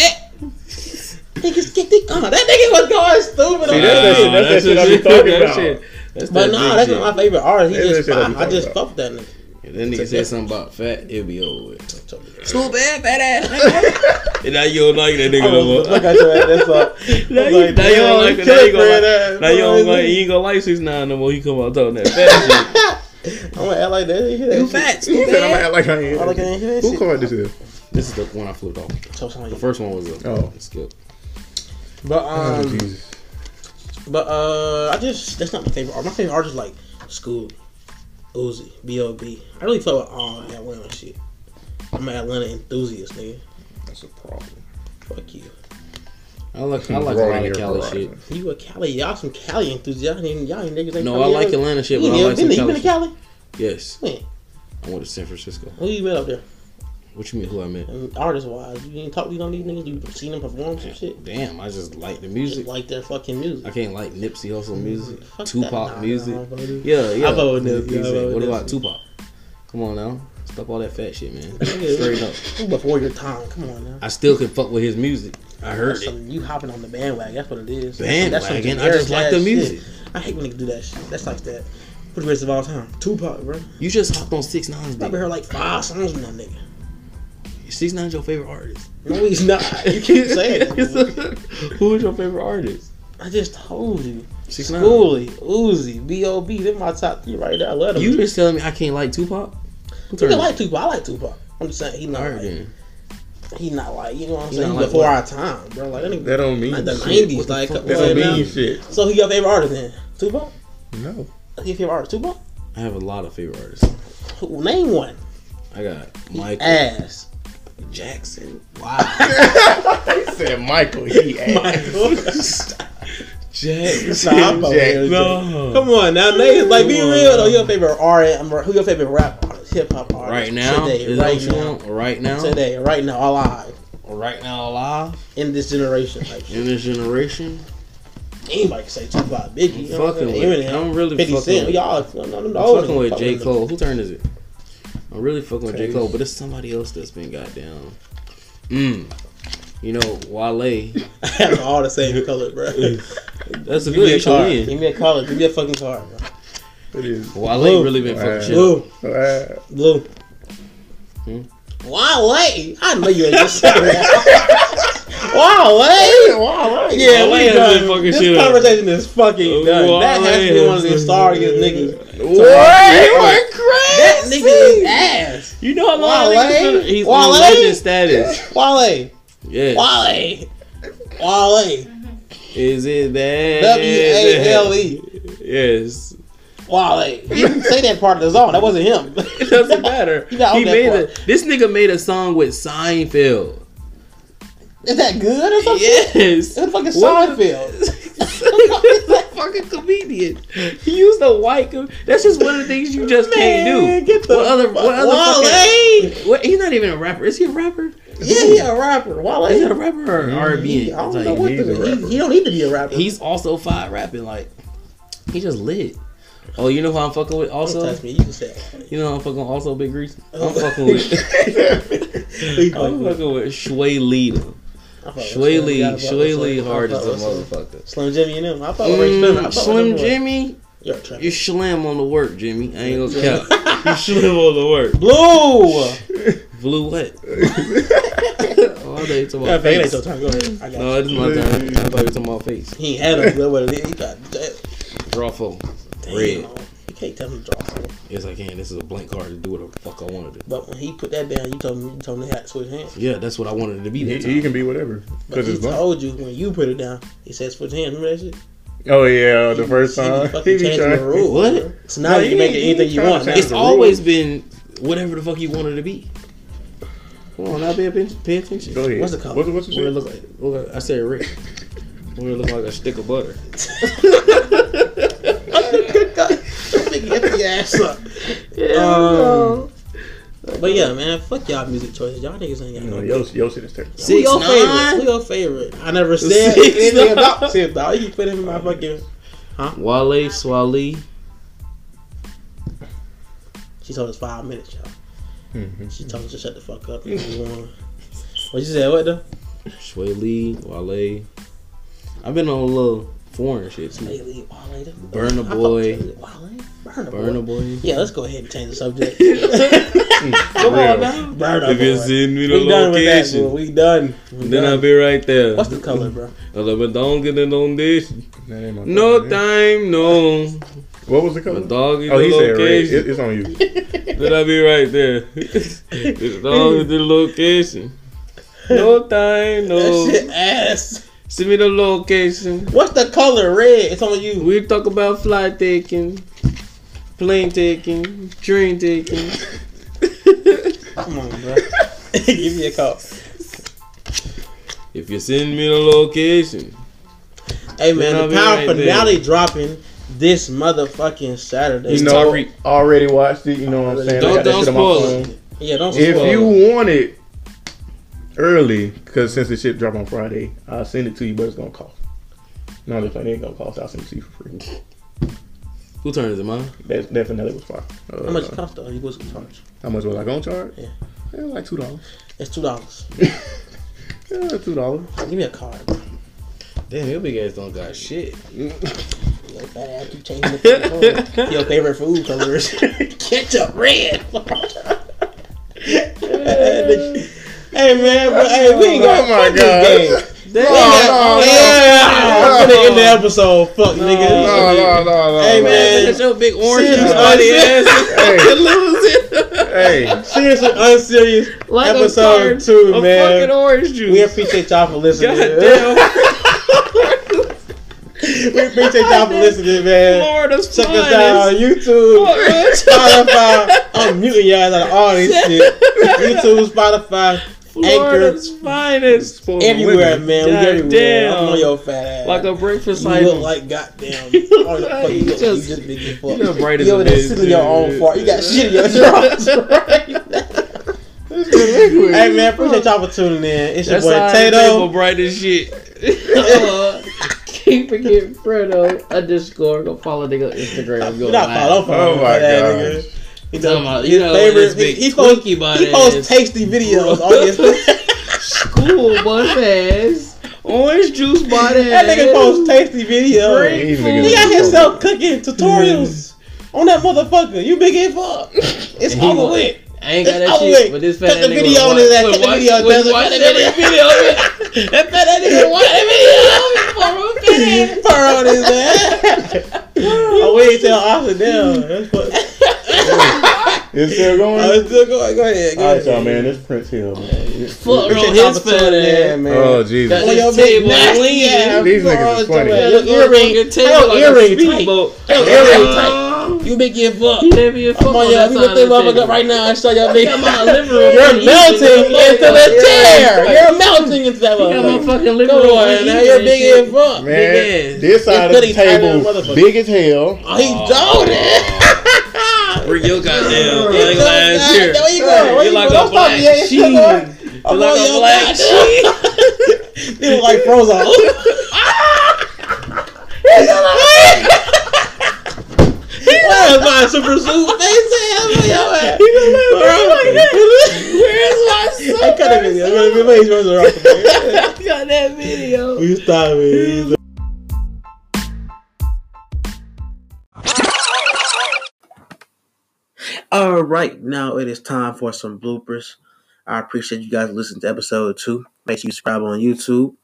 Speaker 1: Niggas get the uh, that nigga was going stupid.
Speaker 2: See,
Speaker 1: on
Speaker 2: that's
Speaker 1: that
Speaker 2: that
Speaker 1: shit.
Speaker 2: shit- that's that shit I be
Speaker 3: That's
Speaker 2: talking
Speaker 3: that
Speaker 2: about.
Speaker 3: shit. That's
Speaker 1: But
Speaker 3: that
Speaker 1: nah,
Speaker 3: big
Speaker 1: that's
Speaker 3: shit.
Speaker 1: not my favorite artist. He
Speaker 2: That's
Speaker 1: just
Speaker 2: that shit I be
Speaker 1: fine. I
Speaker 2: talking
Speaker 1: just
Speaker 2: about.
Speaker 1: fucked that nigga.
Speaker 3: If that nigga said something about fat, it'd be over with.
Speaker 1: So-
Speaker 3: Stupid, fat ass nigga. and now you don't like that nigga
Speaker 1: I
Speaker 3: no
Speaker 1: was-
Speaker 3: more.
Speaker 1: Look at your ass. That's all.
Speaker 3: Now
Speaker 1: I'm
Speaker 3: you
Speaker 1: like,
Speaker 3: now you
Speaker 1: damn,
Speaker 3: don't like
Speaker 1: you
Speaker 3: it. Now you
Speaker 1: tripping
Speaker 3: gonna
Speaker 1: ass,
Speaker 3: like. Now you
Speaker 1: boy.
Speaker 3: don't like. You ain't gonna like six nine no more. He come out talking that fat shit.
Speaker 1: I'm like, I like that. You hear that shit?
Speaker 2: He said I'm gonna act like I ain't.
Speaker 1: I like I ain't hear that
Speaker 2: Who
Speaker 1: shit.
Speaker 2: called this here?
Speaker 3: This is the one I flipped off.
Speaker 1: So sorry.
Speaker 3: The first one was a
Speaker 2: Oh.
Speaker 3: skip.
Speaker 1: But
Speaker 2: Oh,
Speaker 1: um,
Speaker 2: Jesus.
Speaker 1: but uh, I just that's not my favorite. art. My favorite artist is like School, Uzi, B.O.B. I really fuck with all the Atlanta shit. I'm an Atlanta enthusiast, nigga.
Speaker 2: That's a problem.
Speaker 1: Fuck you.
Speaker 3: I like I like a
Speaker 2: Broaden
Speaker 3: lot
Speaker 2: your
Speaker 3: of Cali shit.
Speaker 2: horizon.
Speaker 1: You a Cali? Y'all some Cali enthusiasts? Y'all ain't, y'all ain't niggas. Ain't
Speaker 3: No,
Speaker 1: Cali
Speaker 3: I like
Speaker 1: ever-
Speaker 3: Atlanta shit,
Speaker 1: You
Speaker 3: but I
Speaker 1: ain't
Speaker 3: like
Speaker 1: been,
Speaker 3: some
Speaker 1: to- you been
Speaker 3: Cali
Speaker 1: to
Speaker 3: shit.
Speaker 1: Cali?
Speaker 3: Yes,
Speaker 1: When?
Speaker 3: I went to San Francisco.
Speaker 1: Who you met up there?
Speaker 3: What you mean? Who I met?
Speaker 1: And artist wise, you ain't talk to none of these niggas. You seen them perform some shit.
Speaker 3: Damn, I just like the
Speaker 1: Just
Speaker 3: music.
Speaker 1: like their fucking music.
Speaker 3: I can't like Nipsey Hussle music,
Speaker 1: Mm, Fuck that.
Speaker 3: Tupac
Speaker 1: Nah,
Speaker 3: music.
Speaker 1: nah, buddy.
Speaker 3: yeah, yeah.
Speaker 1: I vote with Nipsey, I
Speaker 3: Exactly.
Speaker 1: vote with
Speaker 3: What about
Speaker 1: Nipsey.
Speaker 3: Tupac? Come on now, stop all that fat shit, man.
Speaker 1: Yeah.
Speaker 3: Straight up.
Speaker 1: You Before your time, come on now.
Speaker 3: I still can fuck with his music. I heard
Speaker 1: That's
Speaker 3: it.
Speaker 1: some, you hopping on the bandwagon. That's what it is. That's some
Speaker 3: Bandwagon. I
Speaker 1: generic
Speaker 3: just like
Speaker 1: ass
Speaker 3: the
Speaker 1: shit.
Speaker 3: music.
Speaker 1: I hate when niggas do that shit. That's like that. For the greatest of all time, Tupac, bro.
Speaker 3: You just hopped on Six Nine's
Speaker 1: I've been
Speaker 3: dick.
Speaker 1: heard like five songs from that nigga.
Speaker 3: Six Nine's your favorite artist.
Speaker 1: No, he's not. You keep saying that.
Speaker 3: Who is your favorite artist?
Speaker 1: I just told you.
Speaker 3: Six Nine.
Speaker 1: Schooley, Uzi, B.O.B. They're my top three right there. I love them.
Speaker 3: You just telling me I can't like Tupac? I'm
Speaker 1: You
Speaker 3: turning-
Speaker 1: can like Tupac. I like Tupac. I'm just saying he not
Speaker 3: Alright,
Speaker 1: like,
Speaker 3: then.
Speaker 1: he not like you know what I'm
Speaker 3: He
Speaker 1: saying.
Speaker 3: not
Speaker 1: He's
Speaker 3: like
Speaker 1: before
Speaker 3: what?
Speaker 1: our time, bro. Like that nigga.
Speaker 2: That don't mean
Speaker 1: Not the
Speaker 2: shit.
Speaker 1: nineties, like
Speaker 3: fuck
Speaker 1: come
Speaker 2: That
Speaker 1: on
Speaker 2: don't
Speaker 1: now.
Speaker 2: mean shit.
Speaker 1: So who your favorite artist then? Tupac?
Speaker 2: No.
Speaker 1: Who Your favorite artist? Tupac?
Speaker 3: I have a lot of favorite artists.
Speaker 1: Who, name one.
Speaker 3: I got Michael
Speaker 1: Ass.
Speaker 3: Jackson. Wow.
Speaker 2: He said Michael. He asked.
Speaker 1: Michael.
Speaker 3: Jackson.
Speaker 1: Nah, I'm fucking with you. Come on now, niggas. Like, be
Speaker 3: Come on
Speaker 1: real though.
Speaker 3: now.
Speaker 1: Your favorite R&M, who your favorite rap artist, hip hop artist?
Speaker 3: Right now,
Speaker 1: today,
Speaker 3: is that
Speaker 1: right
Speaker 3: what you
Speaker 1: now,
Speaker 3: want? Right now,
Speaker 1: today, right now, alive
Speaker 3: right now, alive
Speaker 1: in this generation. Like, shit.
Speaker 3: in this generation.
Speaker 1: anybody can say Tupac, Biggie, you know what
Speaker 3: fucking
Speaker 1: I'm
Speaker 3: with,
Speaker 1: saying?
Speaker 3: I'm really
Speaker 1: 50
Speaker 3: fucking
Speaker 1: Cent.
Speaker 3: with, I'm
Speaker 1: Y'all, you know, them old
Speaker 3: fucking
Speaker 1: niggas
Speaker 3: with J
Speaker 1: them.
Speaker 3: Cole. Who turn is it? I'm really fucking with J
Speaker 2: Taste.
Speaker 3: Cole, but it's somebody else that's been goddamn. Mm. You know, Wale.
Speaker 1: I have them all the same color, bro. Give
Speaker 3: That's a
Speaker 1: me a
Speaker 3: good
Speaker 1: card.
Speaker 3: win.
Speaker 1: Give me a color. Give me a fucking card, bro.
Speaker 2: It is.
Speaker 3: Wale
Speaker 1: Blue.
Speaker 3: really been fucking
Speaker 2: Wow.
Speaker 3: shit. up.
Speaker 1: Blue.
Speaker 2: Wow.
Speaker 1: Blue.
Speaker 3: Hmm?
Speaker 1: Why wait? I know you ain't just saying that. Why wait? Yeah,
Speaker 3: Wale
Speaker 1: we
Speaker 3: has
Speaker 1: done.
Speaker 3: been fucking
Speaker 1: this
Speaker 3: shit up. Oh,
Speaker 1: conversation is fucking done.
Speaker 3: Wale
Speaker 1: that has to be one of the
Speaker 3: has
Speaker 1: sorriest
Speaker 3: been-
Speaker 1: niggas.
Speaker 2: What? You are
Speaker 1: That nigga is ass.
Speaker 3: You know how long
Speaker 1: Wale?
Speaker 3: he's been- he's
Speaker 1: Wale?
Speaker 3: on legend status.
Speaker 1: Wale.
Speaker 3: Yeah.
Speaker 1: Wale. Wale.
Speaker 3: Is it bad?
Speaker 1: W A L E.
Speaker 3: Yes.
Speaker 1: Wale. He didn't say that part of the song. That wasn't him.
Speaker 3: It doesn't matter.
Speaker 1: He got
Speaker 3: he
Speaker 1: on that
Speaker 3: made a,
Speaker 1: part.
Speaker 3: this nigga made a song with Seinfeld.
Speaker 1: Is that good or something?
Speaker 3: Yes.
Speaker 1: It's fucking
Speaker 3: What?
Speaker 1: Seinfeld.
Speaker 3: that fucking comedian. He used a white. Com- That's just one of the things you just
Speaker 1: Man,
Speaker 3: can't do.
Speaker 1: get the
Speaker 3: what other? What other? fucking-
Speaker 1: Wale.
Speaker 3: what, he's not even a rapper. Is he a rapper?
Speaker 1: Yeah, he a rapper. Wale.
Speaker 3: Is he a rapper or R&B?
Speaker 1: I don't
Speaker 3: Like,
Speaker 1: know what
Speaker 2: he's
Speaker 1: to
Speaker 2: a
Speaker 1: do. He,
Speaker 2: rapper.
Speaker 1: he don't need to be a rapper.
Speaker 3: He's also five rapping. Like he just lit. Oh, you know who I'm fucking with?
Speaker 1: don't
Speaker 3: Also,
Speaker 1: touch me. You can say
Speaker 3: you know who I'm fucking with also Big Greasy. I'm fucking with. I'm fucking with Shway Lita. Shway Lee. Shway Lee hard is a motherfucker.
Speaker 1: Slim Jimmy and him. I thought
Speaker 3: Mm,
Speaker 1: Ray Slim.
Speaker 3: Slim Jimmy
Speaker 1: You're a trap.
Speaker 3: You slam on the work, Jimmy. I ain't gonna count. you slam on the work.
Speaker 1: Blue.
Speaker 3: Blue what? All day to
Speaker 1: Yeah,
Speaker 3: my
Speaker 1: fake. It ain't
Speaker 3: face.
Speaker 1: your time. Go ahead. I got
Speaker 3: No,
Speaker 1: you.
Speaker 3: it's my time. I thought it was on my face.
Speaker 1: He ain't had a blue. What it is? He tried to do that.
Speaker 3: Raffle.
Speaker 1: Damn.
Speaker 3: Red.
Speaker 1: You can't tell me to draw four.
Speaker 3: Yes, I can. This is a blank card to do whatever the fuck I want to do.
Speaker 1: But when he put that down, you told me you told me he had to switch hands.
Speaker 3: Yeah, that's what I wanted it to be
Speaker 2: He,
Speaker 3: that
Speaker 2: he
Speaker 3: time.
Speaker 2: can be whatever.
Speaker 1: But
Speaker 2: Cause
Speaker 1: he
Speaker 2: it's blunt.
Speaker 1: told you when you put it down, he said switch hands. Remember that shit?
Speaker 2: Oh yeah, the first
Speaker 1: He
Speaker 2: time
Speaker 1: fucking
Speaker 2: he be
Speaker 1: changed the
Speaker 2: trying.
Speaker 1: rules.
Speaker 3: What?
Speaker 1: bro. So now
Speaker 2: No,
Speaker 1: you
Speaker 2: he
Speaker 1: can make
Speaker 2: ain't-
Speaker 1: it
Speaker 2: he
Speaker 1: anything
Speaker 2: ain't
Speaker 1: you
Speaker 2: trying
Speaker 1: want.
Speaker 2: to
Speaker 1: now.
Speaker 2: change
Speaker 3: It's
Speaker 2: the
Speaker 3: always been whatever the fuck you wanted to be. Come on, now pay atten- pay attention.
Speaker 2: Go ahead.
Speaker 1: What's it called?
Speaker 2: What, what's
Speaker 3: Where it
Speaker 2: it
Speaker 3: look like? Look like- I said Rick. Where it look like a stick of butter.
Speaker 1: Good God. Nigga, Get the ass up. Um, but yeah, man, fuck y'all music choices. Y'all niggas ain't got
Speaker 2: You
Speaker 1: no.
Speaker 2: know, Yoshi, Yoshi this turn.
Speaker 1: Who your
Speaker 3: 6'9"?
Speaker 1: favorite? Who your favorite? I never said
Speaker 3: Six
Speaker 1: anything
Speaker 3: nine.
Speaker 1: about Tip Dog. You put him in my fucking.
Speaker 3: Wale, Swale.
Speaker 1: She told us five minutes, y'all.
Speaker 2: Mm-hmm.
Speaker 1: She told us to shut the fuck up. and move on. What you said? What though?
Speaker 3: Swale, Wale. I've been on a little foreign shit too.
Speaker 1: Lately, Wale. though.
Speaker 3: Burna
Speaker 1: I fuck
Speaker 3: Boy.
Speaker 1: with Wale. Burna
Speaker 3: Burner
Speaker 1: Boy.
Speaker 3: boy.
Speaker 1: Yeah, let's go ahead and change the subject.
Speaker 3: Come
Speaker 2: on
Speaker 3: now.
Speaker 1: Burna
Speaker 3: If you
Speaker 1: Boy.
Speaker 3: send me the
Speaker 1: We done with that. Bro.
Speaker 3: location,
Speaker 1: We done. We
Speaker 3: then I'll
Speaker 1: done.
Speaker 3: be right there.
Speaker 1: What's the color, bro?
Speaker 3: A little bit longer than on this. No time, no.
Speaker 2: What was the
Speaker 3: My
Speaker 2: color?
Speaker 3: dog in
Speaker 2: Oh,
Speaker 3: the
Speaker 2: he said red.
Speaker 3: location.
Speaker 2: It, it's on you.
Speaker 3: Then I'll be right there. the dog in the location. No
Speaker 1: That
Speaker 3: time, no.
Speaker 1: shit ass.
Speaker 3: Send me the location.
Speaker 1: What's the color? Red. It's on you.
Speaker 3: We talk about flight taking, plane taking, train taking.
Speaker 1: Come on, bro. Give me a call.
Speaker 3: if you send me the location,
Speaker 1: Hey man,
Speaker 3: I'll
Speaker 1: the
Speaker 3: be
Speaker 1: power
Speaker 3: right
Speaker 1: finale dropping this motherfucking Saturday.
Speaker 2: You
Speaker 3: It's
Speaker 2: know,
Speaker 3: Tariq.
Speaker 2: already watched it. You know what I'm saying?
Speaker 3: Don't-
Speaker 2: I got that
Speaker 3: don't
Speaker 2: shit on my
Speaker 3: spoil
Speaker 2: phone.
Speaker 3: it.
Speaker 1: yeah, don't spoil.
Speaker 2: If you want it early, because since the shit drop on Friday, I'll send it to you, but it's gonna cost. No, if I ain't gonna cost, I'll send it to you for free.
Speaker 3: who turns it, mine?
Speaker 2: That that finale was fine. Uh,
Speaker 1: how much it cost though? You was gonna charge?
Speaker 2: How much was I gonna charge?
Speaker 1: Yeah.
Speaker 2: Yeah, like two dollars.
Speaker 1: It's two dollars.
Speaker 2: Yeah, two dollars.
Speaker 1: Give me a card. bro.
Speaker 3: Damn, your big ass don't got shit.
Speaker 1: Like, fat ass, keep changing the fucking color. Your favorite food color is ketchup red. hey man, bro, hey, we ain't
Speaker 2: Oh
Speaker 1: gonna
Speaker 2: my
Speaker 1: fuck this
Speaker 2: god.
Speaker 1: game.
Speaker 3: Damn.
Speaker 2: Oh, no,
Speaker 1: yeah, I'm
Speaker 2: no.
Speaker 1: gonna end the episode. Fuck,
Speaker 3: Oh,
Speaker 1: nigga.
Speaker 2: No, no, no, no.
Speaker 1: Hey,
Speaker 2: no.
Speaker 1: man.
Speaker 3: Look at your big orange
Speaker 1: Serious
Speaker 3: juice buddy ass.
Speaker 2: Hey,
Speaker 3: Losing.
Speaker 2: hey.
Speaker 1: Seriously, unserious.
Speaker 3: Like a
Speaker 1: Episode
Speaker 3: card
Speaker 1: two,
Speaker 3: of
Speaker 1: man.
Speaker 3: fucking orange juice.
Speaker 1: We appreciate y'all for listening.
Speaker 3: God damn.
Speaker 1: we appreciate y'all for listening, man.
Speaker 3: Florida's
Speaker 1: Check us
Speaker 3: finest.
Speaker 1: out on YouTube, Spotify. I'm muting y'all out of all this shit. YouTube, Spotify,
Speaker 3: Florida's finest.
Speaker 2: Spoil
Speaker 1: everywhere,
Speaker 2: women.
Speaker 1: man. We
Speaker 3: God
Speaker 1: everywhere.
Speaker 3: damn.
Speaker 1: I'm on your fat ass.
Speaker 3: Like a breakfast
Speaker 1: you look
Speaker 3: item.
Speaker 1: like goddamn.
Speaker 3: You
Speaker 1: Oh,
Speaker 3: look
Speaker 1: the fuck
Speaker 3: like-
Speaker 1: you
Speaker 3: you
Speaker 1: look-
Speaker 3: just-
Speaker 1: you just big as fuck.
Speaker 3: you're bright as
Speaker 1: You
Speaker 3: a
Speaker 1: over there
Speaker 3: bitch,
Speaker 1: sitting in your own
Speaker 3: dude.
Speaker 1: fart. You got shit in your drawers. hey man, appreciate y'all for tuning in. It's your
Speaker 3: That's
Speaker 1: boy
Speaker 3: how
Speaker 1: Tato.
Speaker 3: Table bright as shit.
Speaker 5: Uh, Can't forget Fredo underscore. Go follow nigga on Instagram. Go
Speaker 1: You're not
Speaker 5: laugh.
Speaker 1: follow follow
Speaker 2: Oh
Speaker 1: him
Speaker 2: my
Speaker 1: for that,
Speaker 2: gosh.
Speaker 1: nigga. You know,
Speaker 5: Talking about,
Speaker 1: his
Speaker 5: you know,
Speaker 1: favorite.
Speaker 5: this big
Speaker 1: He, he posts,
Speaker 5: squeaky butt
Speaker 1: he posts
Speaker 5: ass.
Speaker 1: tasty videos on his.
Speaker 5: Cool, butt ass.
Speaker 3: Orange juice body.
Speaker 1: that nigga posts tasty videos.
Speaker 2: These
Speaker 1: He got
Speaker 2: niggas is so-
Speaker 1: himself cooking tutorials on that motherfucker. You big as fuck. It's
Speaker 5: And he
Speaker 1: over
Speaker 5: won't-
Speaker 1: with.
Speaker 5: I ain't got
Speaker 1: It's
Speaker 5: that
Speaker 1: over
Speaker 5: shit,
Speaker 1: with.
Speaker 5: but this fat
Speaker 1: Cut
Speaker 5: ass
Speaker 1: the
Speaker 5: nigga
Speaker 1: video
Speaker 5: will
Speaker 1: on his
Speaker 5: watch-
Speaker 1: ass.
Speaker 5: will
Speaker 1: Cut the
Speaker 5: watch-
Speaker 1: video. Cut
Speaker 5: will
Speaker 1: the-
Speaker 5: watch
Speaker 1: cut the
Speaker 5: every
Speaker 1: video.
Speaker 5: video of it.
Speaker 1: That fat ass nigga watch
Speaker 5: That video of it for a fat ass.
Speaker 1: fur on his ass. Oh, we ain't tell Austin down. That's what.
Speaker 2: It's still
Speaker 1: Oh,
Speaker 2: going.
Speaker 1: it's still going. Go ahead. Go
Speaker 2: All right,
Speaker 1: ahead.
Speaker 2: y'all, man. It's Prince Hill. Man.
Speaker 5: Fuck
Speaker 1: Appreciate
Speaker 5: on
Speaker 1: y'all
Speaker 5: his
Speaker 1: for tuning
Speaker 5: fat
Speaker 1: in,
Speaker 5: ass.
Speaker 1: man.
Speaker 2: Oh Jesus.
Speaker 5: That-
Speaker 1: On your
Speaker 5: This
Speaker 1: big
Speaker 5: table
Speaker 1: nasty
Speaker 5: lean.
Speaker 1: ass.
Speaker 2: These
Speaker 1: Go
Speaker 2: niggas
Speaker 1: on
Speaker 2: is
Speaker 1: to
Speaker 2: funny.
Speaker 1: it.
Speaker 5: Look,
Speaker 1: Your earring.
Speaker 5: look,
Speaker 1: Hey,
Speaker 5: table
Speaker 1: your
Speaker 5: like a
Speaker 1: earring tight.
Speaker 5: speedboat.
Speaker 1: Your earring tight. You big as fuck.
Speaker 5: You never even
Speaker 1: Come
Speaker 5: fuck
Speaker 1: on,
Speaker 5: on
Speaker 1: y'all. Oh, We
Speaker 5: that side
Speaker 1: put this
Speaker 5: of the
Speaker 1: motherfucker
Speaker 5: table.
Speaker 1: right now and show y'all big.
Speaker 5: Got my living room.
Speaker 1: You're
Speaker 5: eating
Speaker 1: melting into
Speaker 5: motherfucker.
Speaker 1: the chair.
Speaker 5: Yeah,
Speaker 1: You're melting into that
Speaker 5: Got my
Speaker 1: motherfucker.
Speaker 5: fucking living
Speaker 1: Come
Speaker 5: room.
Speaker 1: on,
Speaker 5: eating
Speaker 1: now. You're
Speaker 5: and
Speaker 1: big
Speaker 5: shit.
Speaker 1: as fuck.
Speaker 2: Man,
Speaker 3: ass.
Speaker 2: this side
Speaker 1: It's
Speaker 2: of the
Speaker 1: pretty tight
Speaker 2: table,
Speaker 1: as a motherfucker.
Speaker 2: big as hell.
Speaker 1: Oh, he doing it.
Speaker 3: Bring your goddamn
Speaker 1: He
Speaker 3: thing
Speaker 1: doing
Speaker 3: last
Speaker 1: it.
Speaker 3: year.
Speaker 1: There you go. Where
Speaker 3: You're
Speaker 1: you
Speaker 3: like
Speaker 1: go?
Speaker 3: a
Speaker 1: Don't stop
Speaker 3: black
Speaker 1: me. Yeah, yeah,
Speaker 3: sheep.
Speaker 1: yeah.
Speaker 3: You're
Speaker 1: I'm
Speaker 3: like
Speaker 1: on
Speaker 3: a
Speaker 1: your
Speaker 3: black
Speaker 1: back.
Speaker 3: sheep.
Speaker 1: It was like Frozone. Why is my super zoom face? Hell, where your at? Bro,
Speaker 5: Where's
Speaker 1: I cut it video. I cut it video. He's running around.
Speaker 5: my got that video?
Speaker 1: We stop it. All right, now it is time for some bloopers. I appreciate you guys listening to episode two. Make sure you subscribe on YouTube.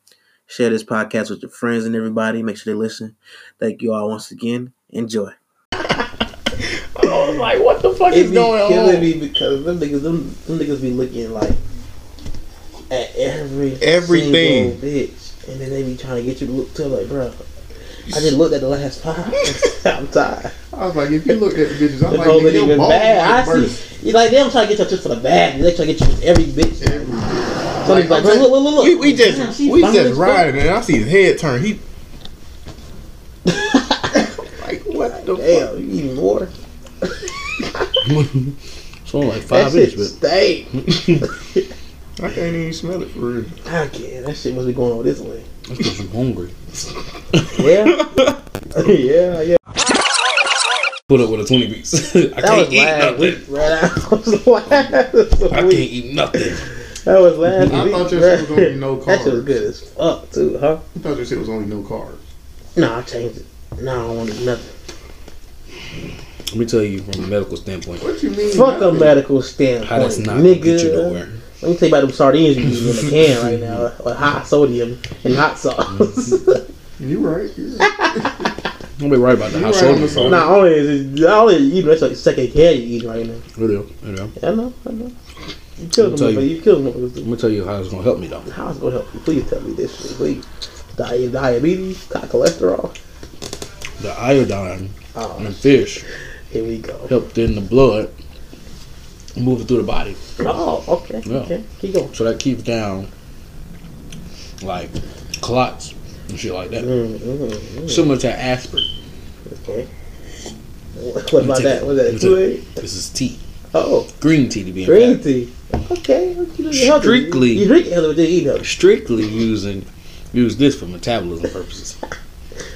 Speaker 1: Share this podcast with your friends and everybody. Make sure they listen. Thank you all once again. Enjoy.
Speaker 3: I was like, what the fuck
Speaker 1: It
Speaker 3: is
Speaker 1: be
Speaker 3: going
Speaker 1: killing
Speaker 3: on?
Speaker 1: me because them niggas, them, them niggas be looking like at every
Speaker 6: Everything.
Speaker 1: single bitch, and then they be trying to get you to look to like, bro. I just looked at the last five. I'm tired.
Speaker 2: I was like, if you look at bitches, I'm
Speaker 1: The
Speaker 2: like,
Speaker 1: whole
Speaker 2: nigga,
Speaker 1: it
Speaker 2: your
Speaker 1: even
Speaker 2: balls
Speaker 1: bad. I
Speaker 2: might burst.
Speaker 1: see. You like they don't try to get you just for the bad. They try to get you with every bitch. So they be like,
Speaker 2: Like,
Speaker 1: look, look, look, look.
Speaker 6: We, we just
Speaker 1: Damn, she
Speaker 6: we
Speaker 1: fine as
Speaker 6: just
Speaker 1: fuck.
Speaker 6: riding and I see his head turn. He like what the
Speaker 1: Damn, you even more.
Speaker 3: It's only like
Speaker 1: That
Speaker 3: five
Speaker 1: shit
Speaker 3: minutes,
Speaker 1: stank.
Speaker 6: fuck? I can't even smell it for real.
Speaker 1: I can't. That shit must be going on this way.
Speaker 3: but that's because I'm hungry.
Speaker 1: Yeah. yeah, yeah.
Speaker 3: Put up with a 20 piece. I
Speaker 1: That was
Speaker 3: can't eat
Speaker 1: last
Speaker 3: nothing.
Speaker 1: week, bro. That was last
Speaker 3: I can't
Speaker 1: week.
Speaker 3: eat nothing.
Speaker 1: That was last
Speaker 2: I
Speaker 1: week.
Speaker 2: thought your
Speaker 1: bruh.
Speaker 2: shit was gonna be no
Speaker 1: That shit was
Speaker 2: carbs.
Speaker 1: good as fuck too, huh?
Speaker 2: I thought your shit was only no carbs.
Speaker 1: Nah, I changed it. Nah, I don't want nothing.
Speaker 3: Let me tell you from a medical standpoint
Speaker 2: What you mean?
Speaker 1: Fuck a
Speaker 2: nothing?
Speaker 1: medical standpoint,
Speaker 3: how that's not
Speaker 1: nigga.
Speaker 3: gonna get you nowhere.
Speaker 1: Let me tell you about them sardines you use in the can right now with high sodium and hot sauce.
Speaker 3: Mm-hmm.
Speaker 2: You right. You right.
Speaker 3: Don't be worried about the
Speaker 2: You right on
Speaker 3: hot sodium.
Speaker 2: the
Speaker 3: bro.
Speaker 2: salt.
Speaker 1: not only is it, not only you know, that's like the second can you eating right now.
Speaker 3: It is, it is.
Speaker 1: I know, I know. You killed
Speaker 3: Tell
Speaker 1: them,
Speaker 3: you.
Speaker 1: you killed them.
Speaker 3: Let me tell you how it's gonna help me though.
Speaker 1: How is it gonna help you? Please tell me this shit, please. Di- diabetes, high cholesterol.
Speaker 3: The iodine in
Speaker 1: Oh,
Speaker 3: fish
Speaker 1: here we go.
Speaker 3: Mm. help thin the blood moving through the body,
Speaker 1: Oh, okay,
Speaker 3: Yeah.
Speaker 1: okay. Keep going.
Speaker 3: so that keeps down like clots and shit like that.
Speaker 1: Mm, mm, mm.
Speaker 3: Similar to aspirin.
Speaker 1: Okay. What what about
Speaker 3: take
Speaker 1: that?
Speaker 3: it.
Speaker 1: Was
Speaker 3: Let
Speaker 1: that
Speaker 3: me take
Speaker 1: Kool-Aid?
Speaker 3: This is tea,
Speaker 1: Oh,
Speaker 3: green tea to be
Speaker 1: green
Speaker 3: exact.
Speaker 1: tea. Okay, you know, you're healthy.
Speaker 3: Strictly.
Speaker 1: You drink healthy, but you eat healthy.
Speaker 3: Strictly using use this for metabolism purposes.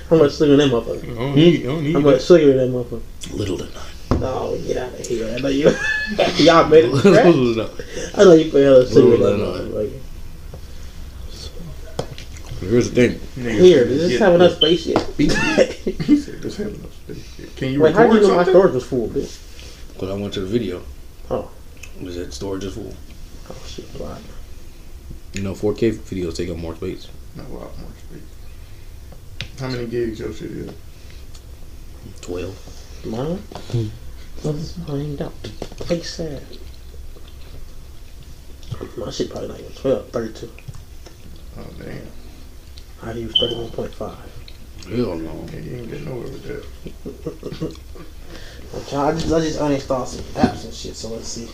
Speaker 1: How much sugar in that motherfucker?
Speaker 6: I don't need, I don't need
Speaker 1: How much sugar in that motherfucker?
Speaker 3: Little to none.
Speaker 1: Oh, get out of here. I know you. Y'all made it. Right?
Speaker 3: Little to none.
Speaker 1: I know you put hella sugar in
Speaker 3: Ooh, I
Speaker 1: that
Speaker 3: know.
Speaker 1: motherfucker.
Speaker 3: Here's the thing.
Speaker 1: Here, does this have enough space yet?
Speaker 2: He said, "Just have enough space." Can you
Speaker 1: Wait, how do you
Speaker 2: record
Speaker 1: know my
Speaker 2: something?
Speaker 1: storage was full, bitch?
Speaker 3: Because I went to the video.
Speaker 1: Oh.
Speaker 3: Was that storage is full?
Speaker 1: Oh, shit, why?
Speaker 3: You know, 4K videos take up more space.
Speaker 2: Not a lot more space. How many gigs your shit is?
Speaker 3: 12.
Speaker 1: Mine? Let's find out. Hey, sad. My shit probably not even 12, 32.
Speaker 2: Oh damn,
Speaker 1: I use 31.5.
Speaker 3: Hell no.
Speaker 2: Yeah, you ain't get nowhere with that.
Speaker 1: I'm trying, I just, I just uninstalled some apps and shit, so let's see.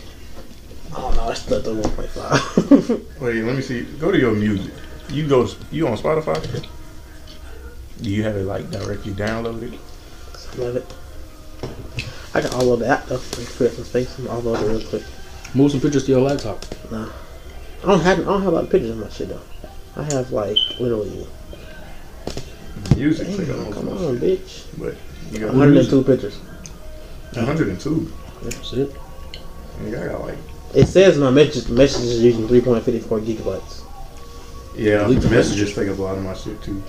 Speaker 1: Oh no, it's 31.5.
Speaker 2: Wait, let me see. Go to your music. You go. You on Spotify? Do you have it like directly downloaded?
Speaker 1: Love it. I got all of that though. Let me clear some space. I'm all over it real quick.
Speaker 3: Move some pictures to your laptop.
Speaker 1: I don't have I don't have a lot of pictures of my shit though. I have like literally.
Speaker 2: Music
Speaker 1: Damn,
Speaker 2: take up most
Speaker 1: come
Speaker 2: of it.
Speaker 1: on, bitch.
Speaker 2: But you got
Speaker 1: 102 pictures.
Speaker 2: 102.
Speaker 3: That's it.
Speaker 2: Nigga, I got like
Speaker 1: It says my messages messages using 3.54 gigabytes.
Speaker 2: yeah.
Speaker 3: Leave the
Speaker 2: Messages take up a lot of my shit too.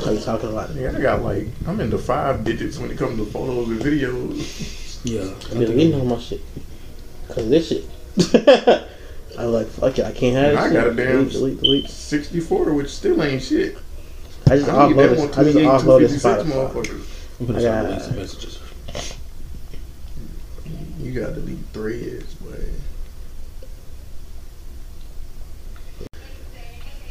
Speaker 1: So you're talking a lot.
Speaker 2: Yeah, I got like I'm in the five digits when it comes to photos and videos.
Speaker 3: Yeah. I
Speaker 1: I've been
Speaker 3: think
Speaker 1: reading all my shit. Cause this shit. I like fuck it. I can't have.
Speaker 2: And
Speaker 1: this
Speaker 2: I
Speaker 1: shit.
Speaker 2: got a damn-
Speaker 1: delete, delete, delete.
Speaker 2: 64, which still ain't shit.
Speaker 1: I just
Speaker 2: I need that one
Speaker 1: offloaded. I just offloaded
Speaker 2: 28, 256
Speaker 1: Spotify.
Speaker 2: motherfuckers.
Speaker 3: I'm gonna
Speaker 1: I
Speaker 3: start
Speaker 1: got-
Speaker 3: reading some messages.
Speaker 2: You got to delete threads, but.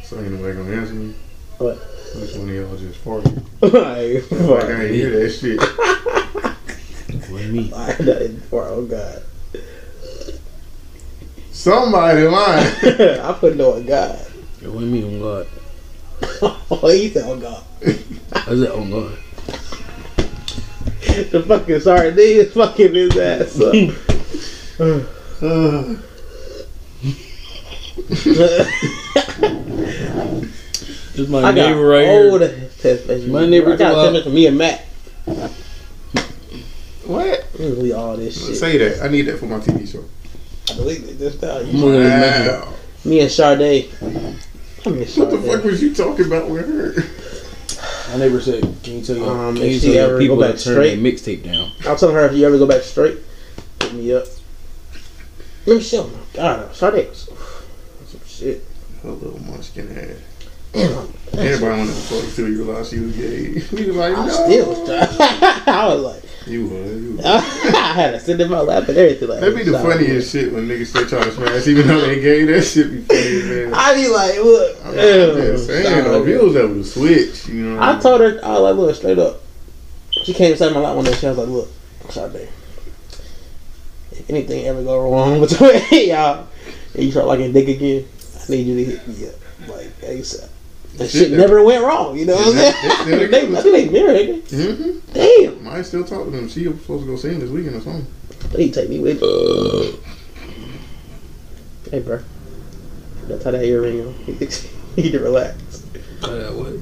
Speaker 2: So ain't nobody gonna answer me.
Speaker 1: What?
Speaker 2: Which one of y'all just farted?
Speaker 1: Like,
Speaker 2: Like,
Speaker 1: fuck.
Speaker 2: I ain't hear that shit.
Speaker 3: What me?
Speaker 1: I done it before. Oh god.
Speaker 2: Somebody lying.
Speaker 1: I put no on God.
Speaker 3: It wasn't me on God.
Speaker 1: oh, he said, "Oh God,
Speaker 3: I said on oh God.
Speaker 1: the fucking sardine is fucking his ass up."
Speaker 2: Uh,
Speaker 3: This my
Speaker 1: I got
Speaker 3: neighbor right
Speaker 1: old
Speaker 3: here.
Speaker 1: test messages.
Speaker 3: My neighbor
Speaker 1: I got a
Speaker 3: do, uh,
Speaker 1: test message from me and Matt.
Speaker 2: what?
Speaker 1: I'm gonna delete all this shit.
Speaker 2: Say that. I need that for my TV show.
Speaker 1: I deleted it just now.
Speaker 3: I'm
Speaker 1: You-
Speaker 3: gonna let him make it.
Speaker 2: Wow.
Speaker 1: Me and Sade. I mean,
Speaker 2: What the fuck
Speaker 1: Sade.
Speaker 2: was you talking about with her?
Speaker 3: My neighbor said, "Can you tell your,
Speaker 1: Um,
Speaker 3: can you
Speaker 1: if
Speaker 3: tell
Speaker 1: she
Speaker 3: your
Speaker 1: ever go
Speaker 3: people
Speaker 1: back
Speaker 3: to turn their
Speaker 1: straight-
Speaker 3: mixtape down?"
Speaker 1: I'm telling her if you ever go back straight, hit me up. Let me see. Oh my god, I saw that. Some shit.
Speaker 2: Her little munchkin head.
Speaker 1: Damn, I'm-
Speaker 2: Everybody wanted to fuck you till you realized she was gay. We was like,
Speaker 1: I
Speaker 2: no.
Speaker 1: still was trying. I was like,
Speaker 2: You was. You was.
Speaker 1: I had to sit in my lap and everything. Like,
Speaker 2: That be the
Speaker 1: sorry.
Speaker 2: funniest shit when niggas still trying to smash, even though they gay. That shit be funny, man.
Speaker 1: I be like, look.
Speaker 2: I'm
Speaker 1: ew,
Speaker 2: just saying,
Speaker 1: sorry.
Speaker 2: if you was able to switch, you know.
Speaker 1: I told her, I was like, look, straight up. She came inside my lap one day. She was like, look, I'm sorry, babe. If anything ever go wrong between y'all, and you start liking dick again, I need you to hit me up. Like, ASAP. That shit
Speaker 2: Shit,
Speaker 1: never went wrong, you know what I'm
Speaker 2: They-
Speaker 1: saying?
Speaker 2: they- they-
Speaker 1: They, I think they married. nigga.
Speaker 2: hmm
Speaker 1: Damn,
Speaker 2: Might still talk to them. She was supposed to go sing this weekend or something.
Speaker 1: they need to take me with. you. hey, bro, that's how that earring on. You need to relax.
Speaker 7: Cut that what?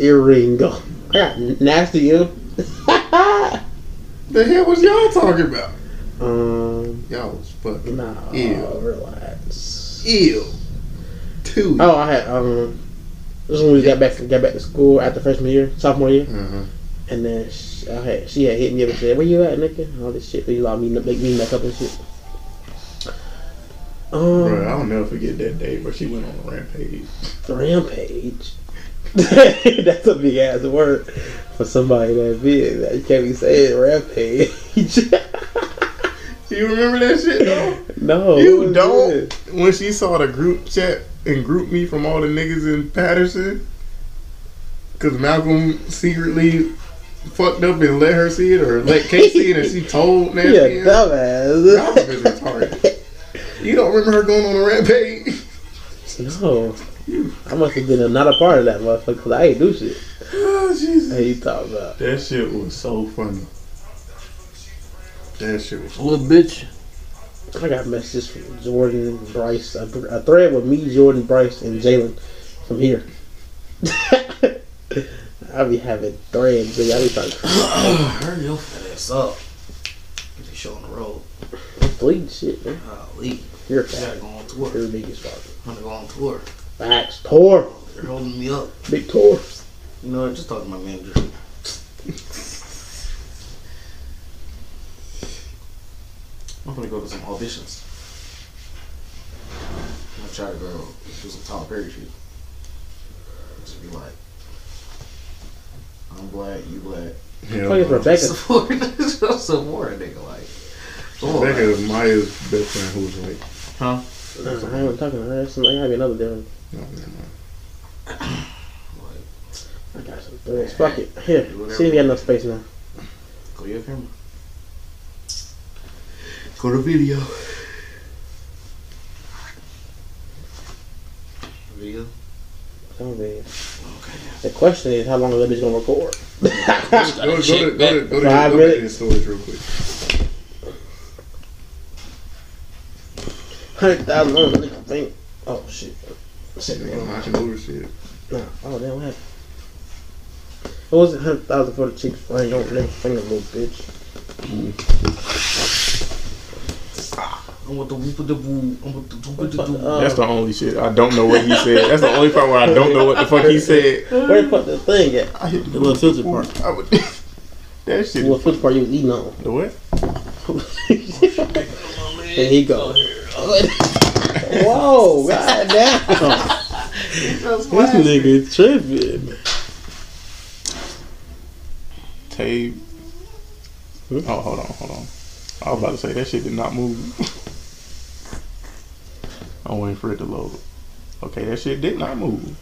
Speaker 1: Earring on. I got nasty ear.
Speaker 2: The hell was y'all talking about?
Speaker 1: Um,
Speaker 2: Y'all was fucking
Speaker 1: nah,
Speaker 2: Ew.
Speaker 1: relax.
Speaker 2: ill. Too.
Speaker 1: Oh, I had um, this is when we got back got back to school after freshman year, sophomore year,
Speaker 2: Uh-huh.
Speaker 1: and then she, I had she had hit me up and said, "Where you at, nigga?" And all this shit, you like me make me back up and shit. Um,
Speaker 2: Bro, I'll never forget that day, bro. She went on a rampage.
Speaker 1: rampage. That's a big ass word for somebody that big. That you can't be saying rampage.
Speaker 2: You remember that shit, though?
Speaker 1: no, Oh, what
Speaker 2: you
Speaker 1: is
Speaker 2: don't?
Speaker 1: this?
Speaker 2: When she saw the group chat and group me from all the niggas in Patterson, because Malcolm secretly fucked up and let her see it, or let Kate see it, and she told Nancy.
Speaker 1: You a
Speaker 2: and- Malcolm is
Speaker 1: dumbass.
Speaker 2: retarded. You don't remember her going on a rampage?
Speaker 1: No. I must have been not a part of that motherfucker 'cause I ain't do shit.
Speaker 2: Oh, Jesus.
Speaker 1: Hey, you talking about?
Speaker 2: That shit was so funny. That shit
Speaker 1: Oh,
Speaker 2: was.
Speaker 7: Little bitch.
Speaker 1: I got messages from Jordan, Bryce, a, a thread with me, Jordan, Bryce, and Jalen from here. I be having threads, but I be talking
Speaker 3: Hurry your fat ass up. Get this show on the road.
Speaker 1: fleet shit, man.
Speaker 3: Golly,
Speaker 1: You're
Speaker 3: I gotta
Speaker 1: fat.
Speaker 3: go on tour.
Speaker 1: You're big as fuck.
Speaker 3: I'm gonna go on tour.
Speaker 1: Facts. Tour.
Speaker 3: They're holding me up.
Speaker 1: Big tour.
Speaker 3: You know what? Just talk to my manager. I'm gonna go to some auditions. I'm gonna try to go do some Tom Perry shit. Just be like, I'm black, you black.
Speaker 2: Hell
Speaker 1: Fuck is
Speaker 2: no.
Speaker 1: Rebecca.
Speaker 3: Support, support, nigga. Like, come
Speaker 1: Oh.
Speaker 3: on,
Speaker 2: Rebecca
Speaker 3: man.
Speaker 2: is Maya's best friend who was like,
Speaker 1: Nah, I ain't talking to her. That's somebody. I be another different.
Speaker 2: no, never mind.
Speaker 3: Like,
Speaker 1: I got some threads. Fuck it. Here. See if you got enough space now.
Speaker 3: go to your camera. Go to video. Video.
Speaker 1: Don't be.
Speaker 3: Okay.
Speaker 1: The question is, how long is that bitch gonna record?
Speaker 2: Go, go, to, go, to, go, to,
Speaker 1: Five
Speaker 2: go back to
Speaker 1: minutes.
Speaker 2: his storage real quick.
Speaker 1: Hundred thousand on the thing. Oh shit. Shit,
Speaker 2: Nigga, I'm
Speaker 1: man.
Speaker 2: watching over shit.
Speaker 1: Nah. Oh damn, what happened? What was it? Hundred thousand for the chick flying your nigga finger, little bitch.
Speaker 3: I'm with the whoop the boo. I'm with the whoop the
Speaker 1: Fuck,
Speaker 3: doo.
Speaker 1: uh,
Speaker 2: That's the only shit. I don't know what he said. That's the only part where I don't know what the fuck he said.
Speaker 1: Where the fuck the thing at?
Speaker 2: I hit the
Speaker 1: little filter part.
Speaker 2: I would, that shit.
Speaker 1: What foot part you was eating on?
Speaker 2: The what?
Speaker 1: there he go. Whoa, god damn. This nigga tripping.
Speaker 2: Tape. Oh, hold on, hold on. I was about to say that shit did not move. I'm waiting for it to load. Okay, that shit did not move.